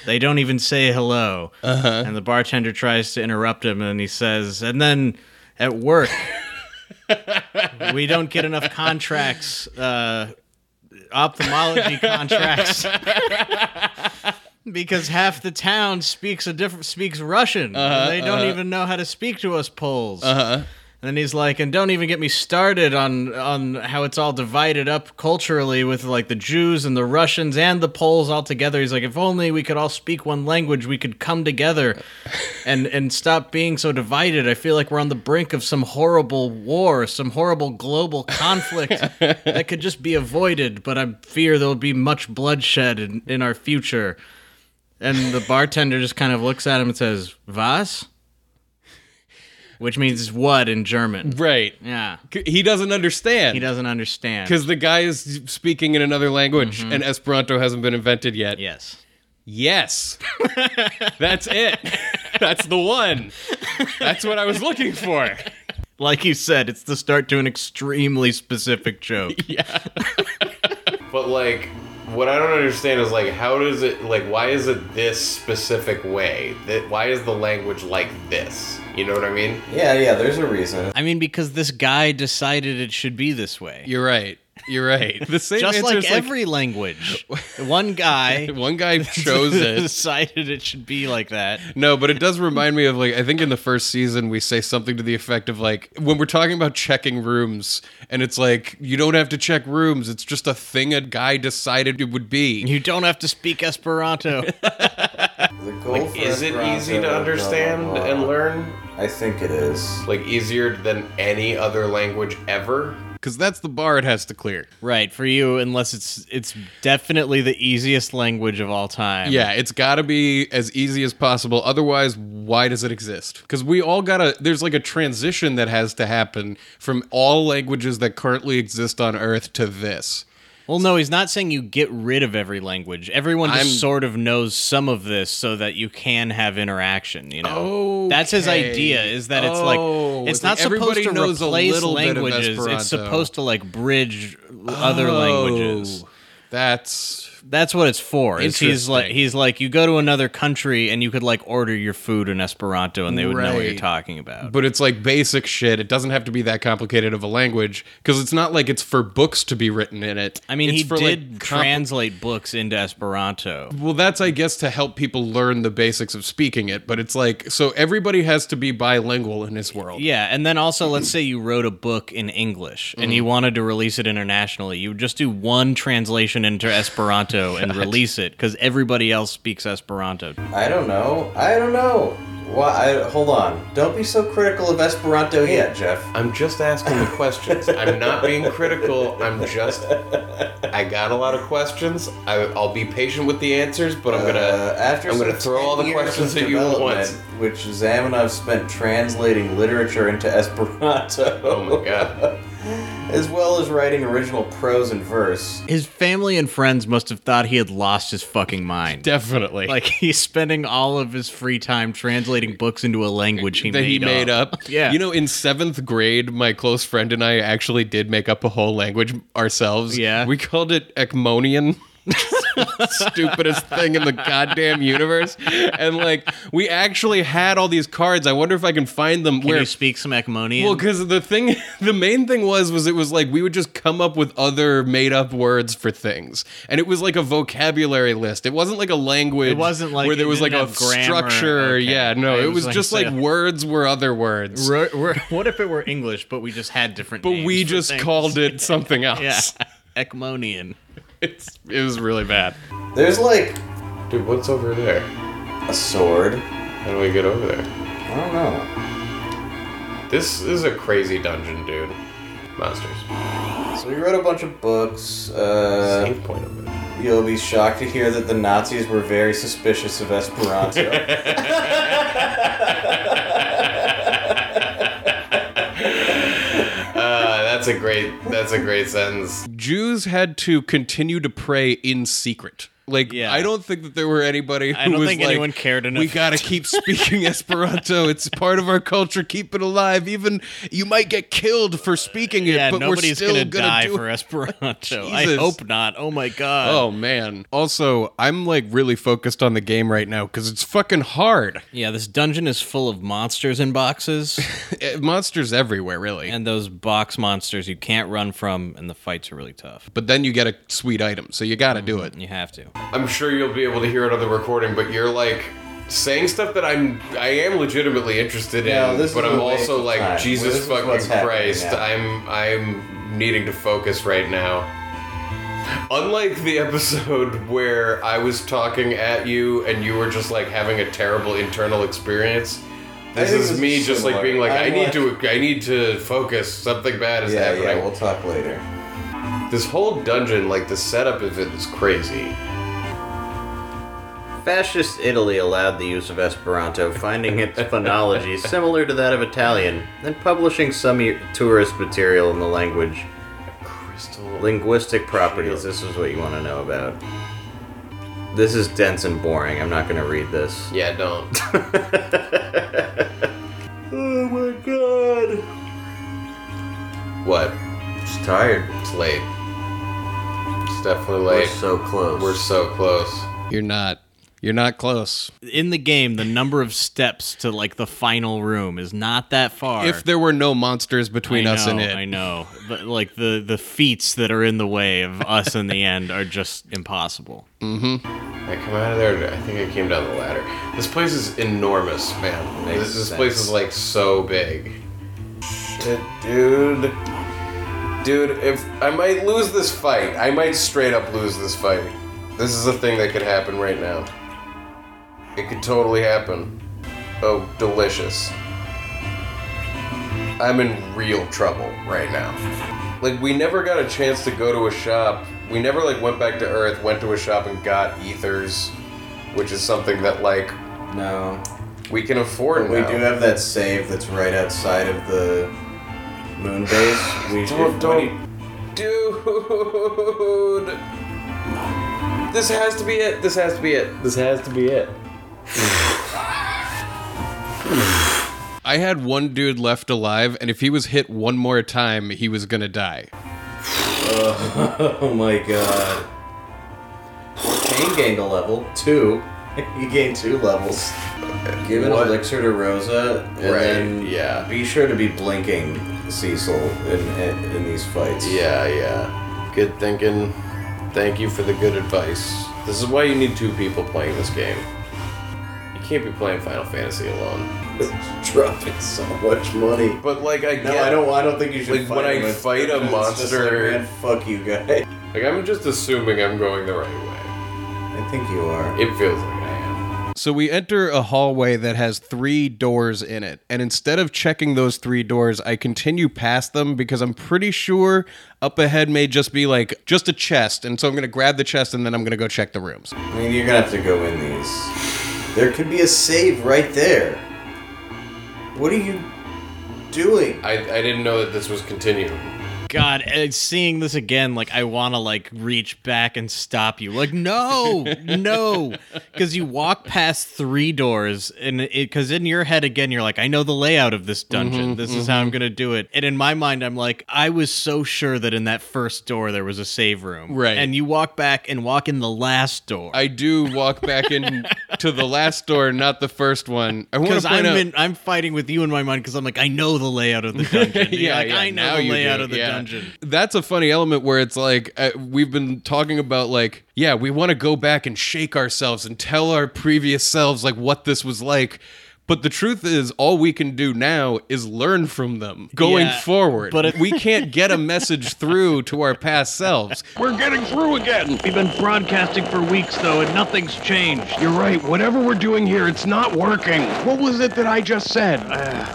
B: they don't even say hello uh-huh. and the bartender tries to interrupt him and he says and then at work we don't get enough contracts uh, ophthalmology contracts because half the town speaks a different speaks Russian. and they don't even know how to speak to us Poles. Uh-huh. And then he's like, and don't even get me started on on how it's all divided up culturally with like the Jews and the Russians and the Poles all together. He's like, if only we could all speak one language, we could come together and and stop being so divided. I feel like we're on the brink of some horrible war, some horrible global conflict that could just be avoided, but I fear there'll be much bloodshed in, in our future. And the bartender just kind of looks at him and says, Was? Which means what in German.
C: Right.
B: Yeah.
C: C- He doesn't understand.
B: He doesn't understand.
C: Because the guy is speaking in another language
B: Mm-hmm.
C: and Esperanto hasn't been invented yet.
B: Yes.
C: Yes. That's it. That's the one. That's what I was looking for.
B: Like you said, it's the start to an extremely specific joke.
S: But like, what I don't understand is like, how does it like? Why is it this specific way? That why is the language like this? You know what I mean?
H: Yeah, yeah, there's a reason.
B: I mean, because this guy decided it should be this way.
C: You're right. You're right. The same
B: just
C: answer
B: like
C: is
B: every language. One guy
C: one guy chose it.
B: decided it should be like that.
C: No, but it does remind me of like I think in the first season we say something to the effect of like when we're talking about checking rooms and it's like you don't have to check rooms, it's just a thing a guy decided it would be.
B: You don't have to speak Esperanto.
H: The goal for
S: Is it
H: Esperanto,
S: easy to
H: blah, blah,
S: understand
H: blah.
S: and learn?
H: I think it is.
S: Like easier than any other language ever?
C: Cuz that's the bar it has to clear.
B: right, for you, unless it's it's definitely the easiest language of all time.
C: Yeah, it's got to be as easy as possible. Otherwise, why does it exist? Because we all got to, there's like a transition that has to happen from all languages that currently exist on Earth to this.
B: Well, no, he's not saying you get rid of every language. Everyone just
C: I'm-
B: sort of knows some of this so that you can have interaction, you know. That's his
C: Okay.
B: idea is that it's
C: Oh,
B: like
C: it's
B: it's
C: like
B: not supposed
C: everybody
B: to
C: knows a
B: replace
C: little bit of
B: languages.
C: Esperanto.
B: It's supposed to like bridge other languages.
C: Oh, That's
B: That's what it's for. Is he's like
C: Interesting.
B: he's like you go to another country and you could like order your food in Esperanto and they would know what you're
C: Right.
B: talking about.
C: but it's like basic shit. It doesn't have to be that complicated of a language because it's not like it's for books to be written in it.
B: I mean,
C: it's
B: he
C: for,
B: did
C: like, compli-
B: translate books into Esperanto.
C: Well, that's I guess to help people learn the basics of speaking it. But it's like so everybody has to be bilingual in this world.
B: Yeah, and then also let's say you wrote a book in English and you wanted to release it internationally. You would just do one translation into Esperanto and release it because everybody else speaks Esperanto.
H: I don't know. I don't know. Why? I, hold on. Don't be so critical of Esperanto yet, Jeff.
S: I'm just asking the questions. I'm not being critical. I'm just. I got a lot of questions. I, I'll be patient with the answers, but I'm gonna.
H: Uh, after
S: I'm gonna
H: some
S: throw all
H: 10
S: the
H: years
S: questions
H: of
S: at you at
H: development, Which Zamenhof spent translating literature into Esperanto.
S: oh my god.
H: As well as writing original prose and verse.
B: His family and friends must have thought he had lost his fucking mind.
C: Definitely.
B: like he's spending all of his free time translating books into a language he
C: that
B: made
C: he made up.
B: Yeah.
C: You know, in seventh grade, my close friend and I actually did make up a whole language ourselves.
B: Yeah.
C: We called it Ekmonian. Stupidest thing in the goddamn universe. And like, we actually had all these cards. I wonder if I can find them.
B: Can
C: where
B: you speak some Ekmonian?
C: well, because the thing, the main thing was, was it was like we would just come up with other made up words for things, and it was like a vocabulary list. It wasn't like a language.
B: It wasn't like
C: where there
B: it
C: was like
B: didn't
C: a
B: have grammar.
C: structure.
B: Okay.
C: Yeah, no,
B: It
C: it,
B: was
C: was,
B: like
C: just like
B: so-
C: words were other words,
B: Ro- ro- what if it were English, but we just had different
C: but
B: names
C: we
B: for
C: just
B: things?
C: called it something else.
B: Yeah. Ekmonian.
C: It's it was really bad.
H: There's like
S: Dude, what's over there?
H: a sword.
S: How do we get over there?
H: I don't know.
S: This is a crazy dungeon, dude. Monsters.
H: So he wrote a bunch of books. Uh,
S: Save point over there.
H: you'll be shocked to hear that the Nazis were very suspicious of Esperanto.
S: Uh, that's a great. That's a great sentence.
C: Jews had to continue to pray in secret.
I: Like,
B: Yeah.
I: I don't think that there were anybody who
B: I don't
I: was
B: think
I: like,
B: anyone cared enough.
I: We gotta keep speaking Esperanto. It's part of our culture. Keep it alive. Even you might get killed for speaking it,
B: yeah,
I: but we're
B: nobody's
I: still
B: gonna,
I: gonna,
B: die
I: do
B: for
I: it.
B: Esperanto. I
I: Jesus.
B: hope not. Oh my god.
I: Oh man. Also, I'm like really focused on the game right now because it's fucking hard.
B: Yeah, this dungeon is full of monsters in boxes,
I: Eh, Monsters everywhere, really.
B: and those box monsters you can't run from, and the fights are really tough.
I: but then you get a sweet item, so you gotta do it.
B: You have to.
C: I'm sure you'll be able to hear it on the recording, but you're like saying stuff that I'm I am legitimately interested
H: Yeah,
C: in,
H: this is
C: but I'm
H: a waste
C: also
H: of
C: like
H: time. This
C: Jesus
H: is what's
C: fucking
H: happening
C: Christ.
H: now.
C: I'm I'm needing to focus right now. Unlike the episode where I was talking at you and you were just like having a terrible internal experience, this
H: think
C: is
H: this is
C: me just like
H: similar.
C: being like i
H: I'm
C: need to I need to focus. Something bad is
H: Yeah,
C: happening.
H: yeah, we'll talk later.
C: this whole dungeon, like the setup of it, is crazy.
H: Fascist Italy allowed the use of Esperanto, finding its phonology similar to that of Italian, and publishing some e- tourist material in the language.
C: Crystal.
H: Linguistic properties, this is what you want to know about. This is dense and boring. I'm not going to read this.
C: Yeah, don't.
H: Oh my god.
C: What?
H: It's tired.
C: It's late. It's definitely
H: We're
C: late.
H: so close.
C: We're so close.
I: You're not. You're not close.
B: In the game, the number of steps to like the final room is not that far.
I: If there were no monsters between
B: I
I: us and
B: know,
I: it,
B: I know. But like the the feats that are in the way of us in the end are just impossible.
C: I come out of there. I think I came down the ladder. This place is enormous, man. This, this place is like so big. Shit, dude. Dude, if I might lose this fight, I might straight up lose this fight. This is a thing that could happen right now. It could totally happen. Oh, delicious. I'm in real trouble right now. Like we never got a chance to go to a shop. We never like went back to Earth, went to a shop and got ethers, which is something that like
H: No.
C: we can afford
H: We
C: now.
H: do have that save that's right outside of the moon base. We
C: Don't,
H: if-
C: don't, dude. This has to be it. This has to be it. This has to be it.
I: I had one dude left alive, and if he was hit one more time, he was gonna die.
H: Oh my god. Kane gained a level, two. you gained two levels. Give an
C: What?
H: elixir to Rosa, and
C: Right,
H: then
C: yeah.
H: be sure to be blinking Cecil in, in, in these fights.
C: Yeah, yeah. Good thinking. Thank you for the good advice. This is why you need two people playing this game. You can't be playing Final Fantasy alone.
H: Dropping so much money.
C: But like, I
H: No,
C: get-
H: I don't. I don't think you should.
C: Like, when I
H: him. It's-
C: fight a
H: it's just
C: monster-
H: like, man, fuck you guy.
C: Like, I'm just assuming I'm going the right
H: I think you are.
C: way. It feels like I am.
I: So we enter a hallway that has three doors in it, and instead of checking those three doors, I continue past them because I'm pretty sure up ahead may just be like just a chest, and so I'm gonna grab the chest and then I'm gonna go check the rooms.
H: I mean, you're gonna have to go in these. There could be a save right there. What are you doing?
C: I, I didn't know that this was continuing.
B: God, and seeing this again, like I want to like reach back and stop you. Like no, no, because you walk past three doors, and it because in your head again, you're like, I know the layout of this dungeon.
I: Mm-hmm,
B: this is how I'm gonna do it. And in my mind, I'm like, I was so sure that in that first door there was a save room,
I: Right.
B: And you walk back and walk in the last door.
I: I do walk back in to the last door, not the first one. I want
B: because
I: to point
B: I'm
I: out.
B: in, I'm fighting with you in my mind because I'm like I know the layout of the dungeon. yeah, like, I know
I: now
B: the
I: you
B: layout
I: do,
B: of the
I: yeah.
B: dungeon.
I: That's a funny element where it's like uh, we've been talking about like, yeah, we want to go back and shake ourselves and tell our previous selves like what this was like. But the truth is, all we can do now is learn from them going
B: Yeah,
I: forward.
B: but it-
I: we can't get a message through to our past selves.
T: We're getting through again. We've been broadcasting for weeks, though, and nothing's changed. You're right. Whatever we're doing here, it's not working. What was it that I just said?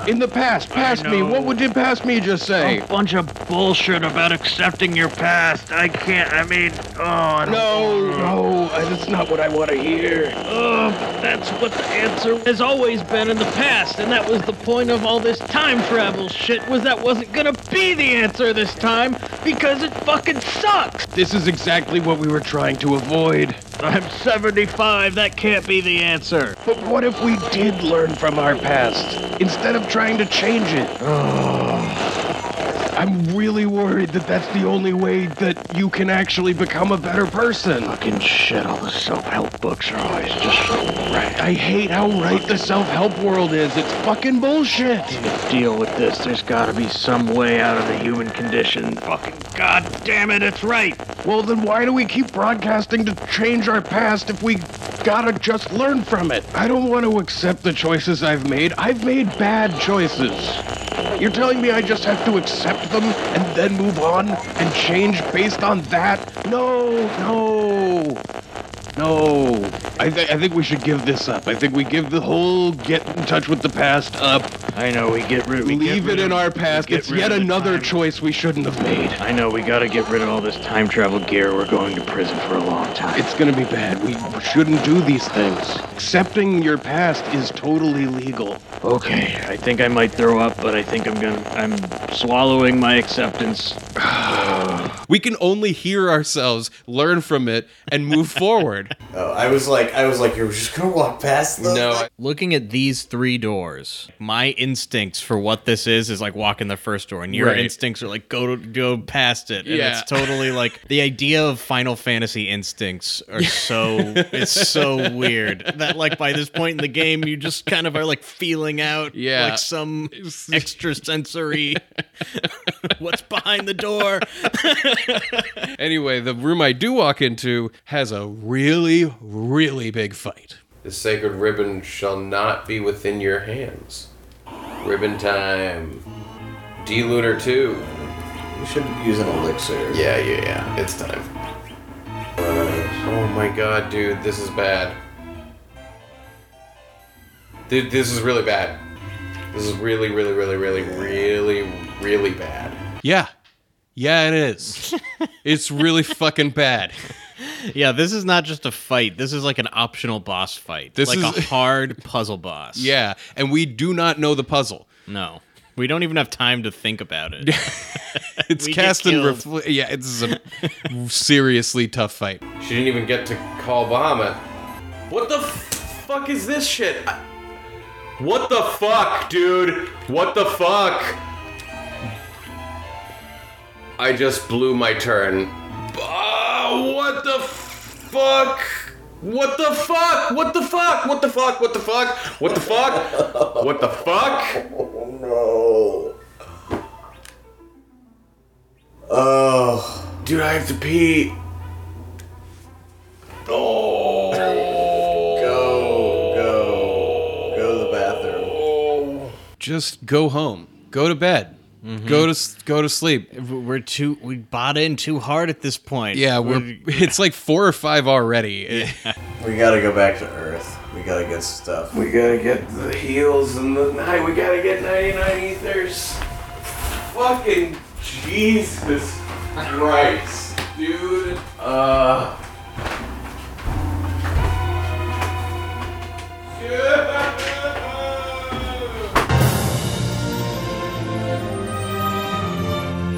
T: In the past, past me. What would did past me just say? A bunch of bullshit about accepting your past. I can't. I mean, oh no, no, that's not what I want to hear. Oh, but that's what the answer has always been.
U: man in the past, and that was the point of all this time travel shit. Was that wasn't gonna be the answer this time because it fucking sucks.
T: This is exactly what we were trying to avoid.
U: I'm 75. That can't be the answer.
T: But what if we did learn from our past instead of trying to change it? I'm really worried that that's the only way that you can actually become a better person.
U: Fucking shit! All the self-help books are always just so right.
T: I hate how right the self-help world is. It's fucking bullshit.
U: to deal with this. There's got to be some way out of the human condition. Fucking god damn it, it's right.
T: Well, then why do we keep broadcasting to change our past if we gotta just learn from it? I don't want to accept the choices I've made. I've made bad choices. You're telling me I just have to accept them and then move on and change based on that? No, no. No, I, th- I think we should give this up. I think we give the whole get in touch with the past up.
U: I know we get rid. We get
T: leave
U: rid
T: it in
U: of,
T: our past.
U: get
T: It's
U: rid
T: yet
U: of the
T: another
U: time.
T: choice we shouldn't have made.
U: I know we got to get rid of all this time travel gear. We're going to prison for a long time.
T: It's gonna be bad. We shouldn't do these things. Accepting your past is totally legal.
U: Okay, I think I might throw up, but I think I'm gonna. I'm swallowing my acceptance.
I: We can only hear ourselves, learn from it, and move forward.
H: Oh, I was like, I was like, you're just gonna walk past them.
I: No, I-
B: Looking at these three doors, my instincts for what this is is like walk in the first door, and your
I: Right.
B: instincts are like go to go past it. And
I: Yeah.
B: it's totally like the idea of Final Fantasy instincts are so it's so weird that like by this point in the game you just kind of are like feeling out
I: Yeah.
B: like some extra sensory what's behind the door.
I: anyway, the room I do walk into has a really, really big fight.
C: The sacred ribbon shall not be within your hands. Ribbon time. D-Lunar 2.
H: We should use an elixir.
C: Yeah, yeah, yeah. It's time. Uh, oh my god, dude, this is bad. Dude, this is really bad. This is really, really, really, really, really, really bad.
I: Yeah. Yeah, it is. it's really fucking bad.
B: Yeah, this is not just a fight. This is like an optional boss fight.
I: This
B: like a
I: is-
B: hard puzzle boss.
I: Yeah. And we do not know the puzzle.
B: No. We don't even have time to think about it.
I: It's
B: We get
I: cast and
B: killed.
I: refl- Yeah, it's a seriously tough fight.
C: She didn't even get to call Bahamut. What the f- fuck is this shit? I- What the fuck, dude? What the fuck? I just blew my turn. Oh, what the fuck? What the fuck? What the fuck? What the fuck? What the fuck? What the fuck? What the fuck?
H: No. Oh.
C: Dude, I have to pee. Oh.
H: Go. Go. Go to the bathroom.
I: Just go home. Go to bed. Go to s- go to sleep.
B: We're too we bought in too hard at this point.
I: Yeah, we're it's like four or five already.
H: We gotta go back to Earth. We gotta get stuff.
C: We gotta get the heels and the nine. We gotta get 99 ethers. Fucking Jesus Christ, dude. Uh.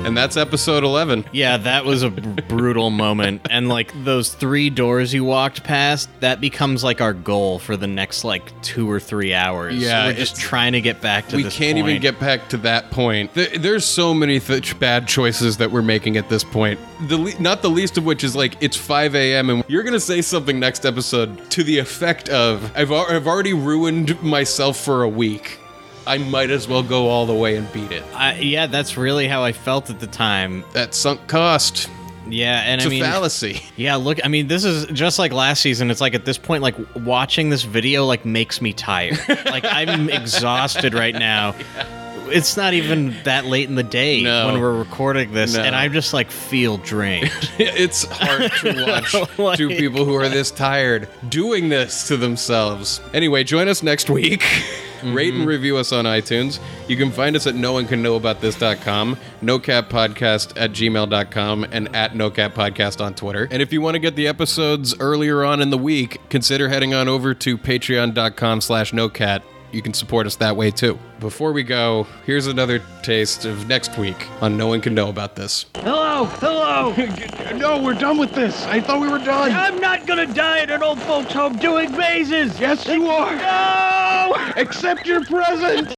I: And that's episode eleven.
B: Yeah, that was a br- brutal moment. And like those three doors you walked past, that becomes like our goal for the next like two or three hours.
I: Yeah,
B: we're just
I: it's-
B: trying to get back to
I: we
B: this
I: can't even
B: point.
I: get back to that point. Th- There's so many th- bad choices that we're making at this point. The le- not the least of which is like it's 5 a.m. and you're gonna say something next episode to the effect of "I've al- I've already ruined myself for a week. I might as well go all the way and beat it."
B: I, yeah, that's really how I felt at the time.
I: That sunk cost.
B: Yeah, and
I: It's
B: I
I: a
B: mean,
I: fallacy.
B: Yeah, look, I mean, this is just like last season. It's like at this point, like watching this video, like makes me tired. like I'm exhausted right now. It's not even that late in the day
I: No.
B: when we're recording this,
I: No.
B: and I just like feel drained.
I: it's hard to watch
B: Like-
I: two people who are this tired doing this to themselves. Anyway, join us next week. Rate and review us on iTunes. You can find us at noonecanknowaboutthis.com, nocappodcast at gmail.com, and at nocappodcast on Twitter. And if you want to get the episodes earlier on in the week, consider heading on over to patreon.com slash nocat
C: you can support us that way too. Before we go, here's another taste of next week on No One Can Know About This.
U: Hello, hello.
T: no, we're done with this. I thought we were done.
U: I'm not gonna die at an old folks' home doing mazes.
T: Yes, you are.
U: No.
T: Accept your present.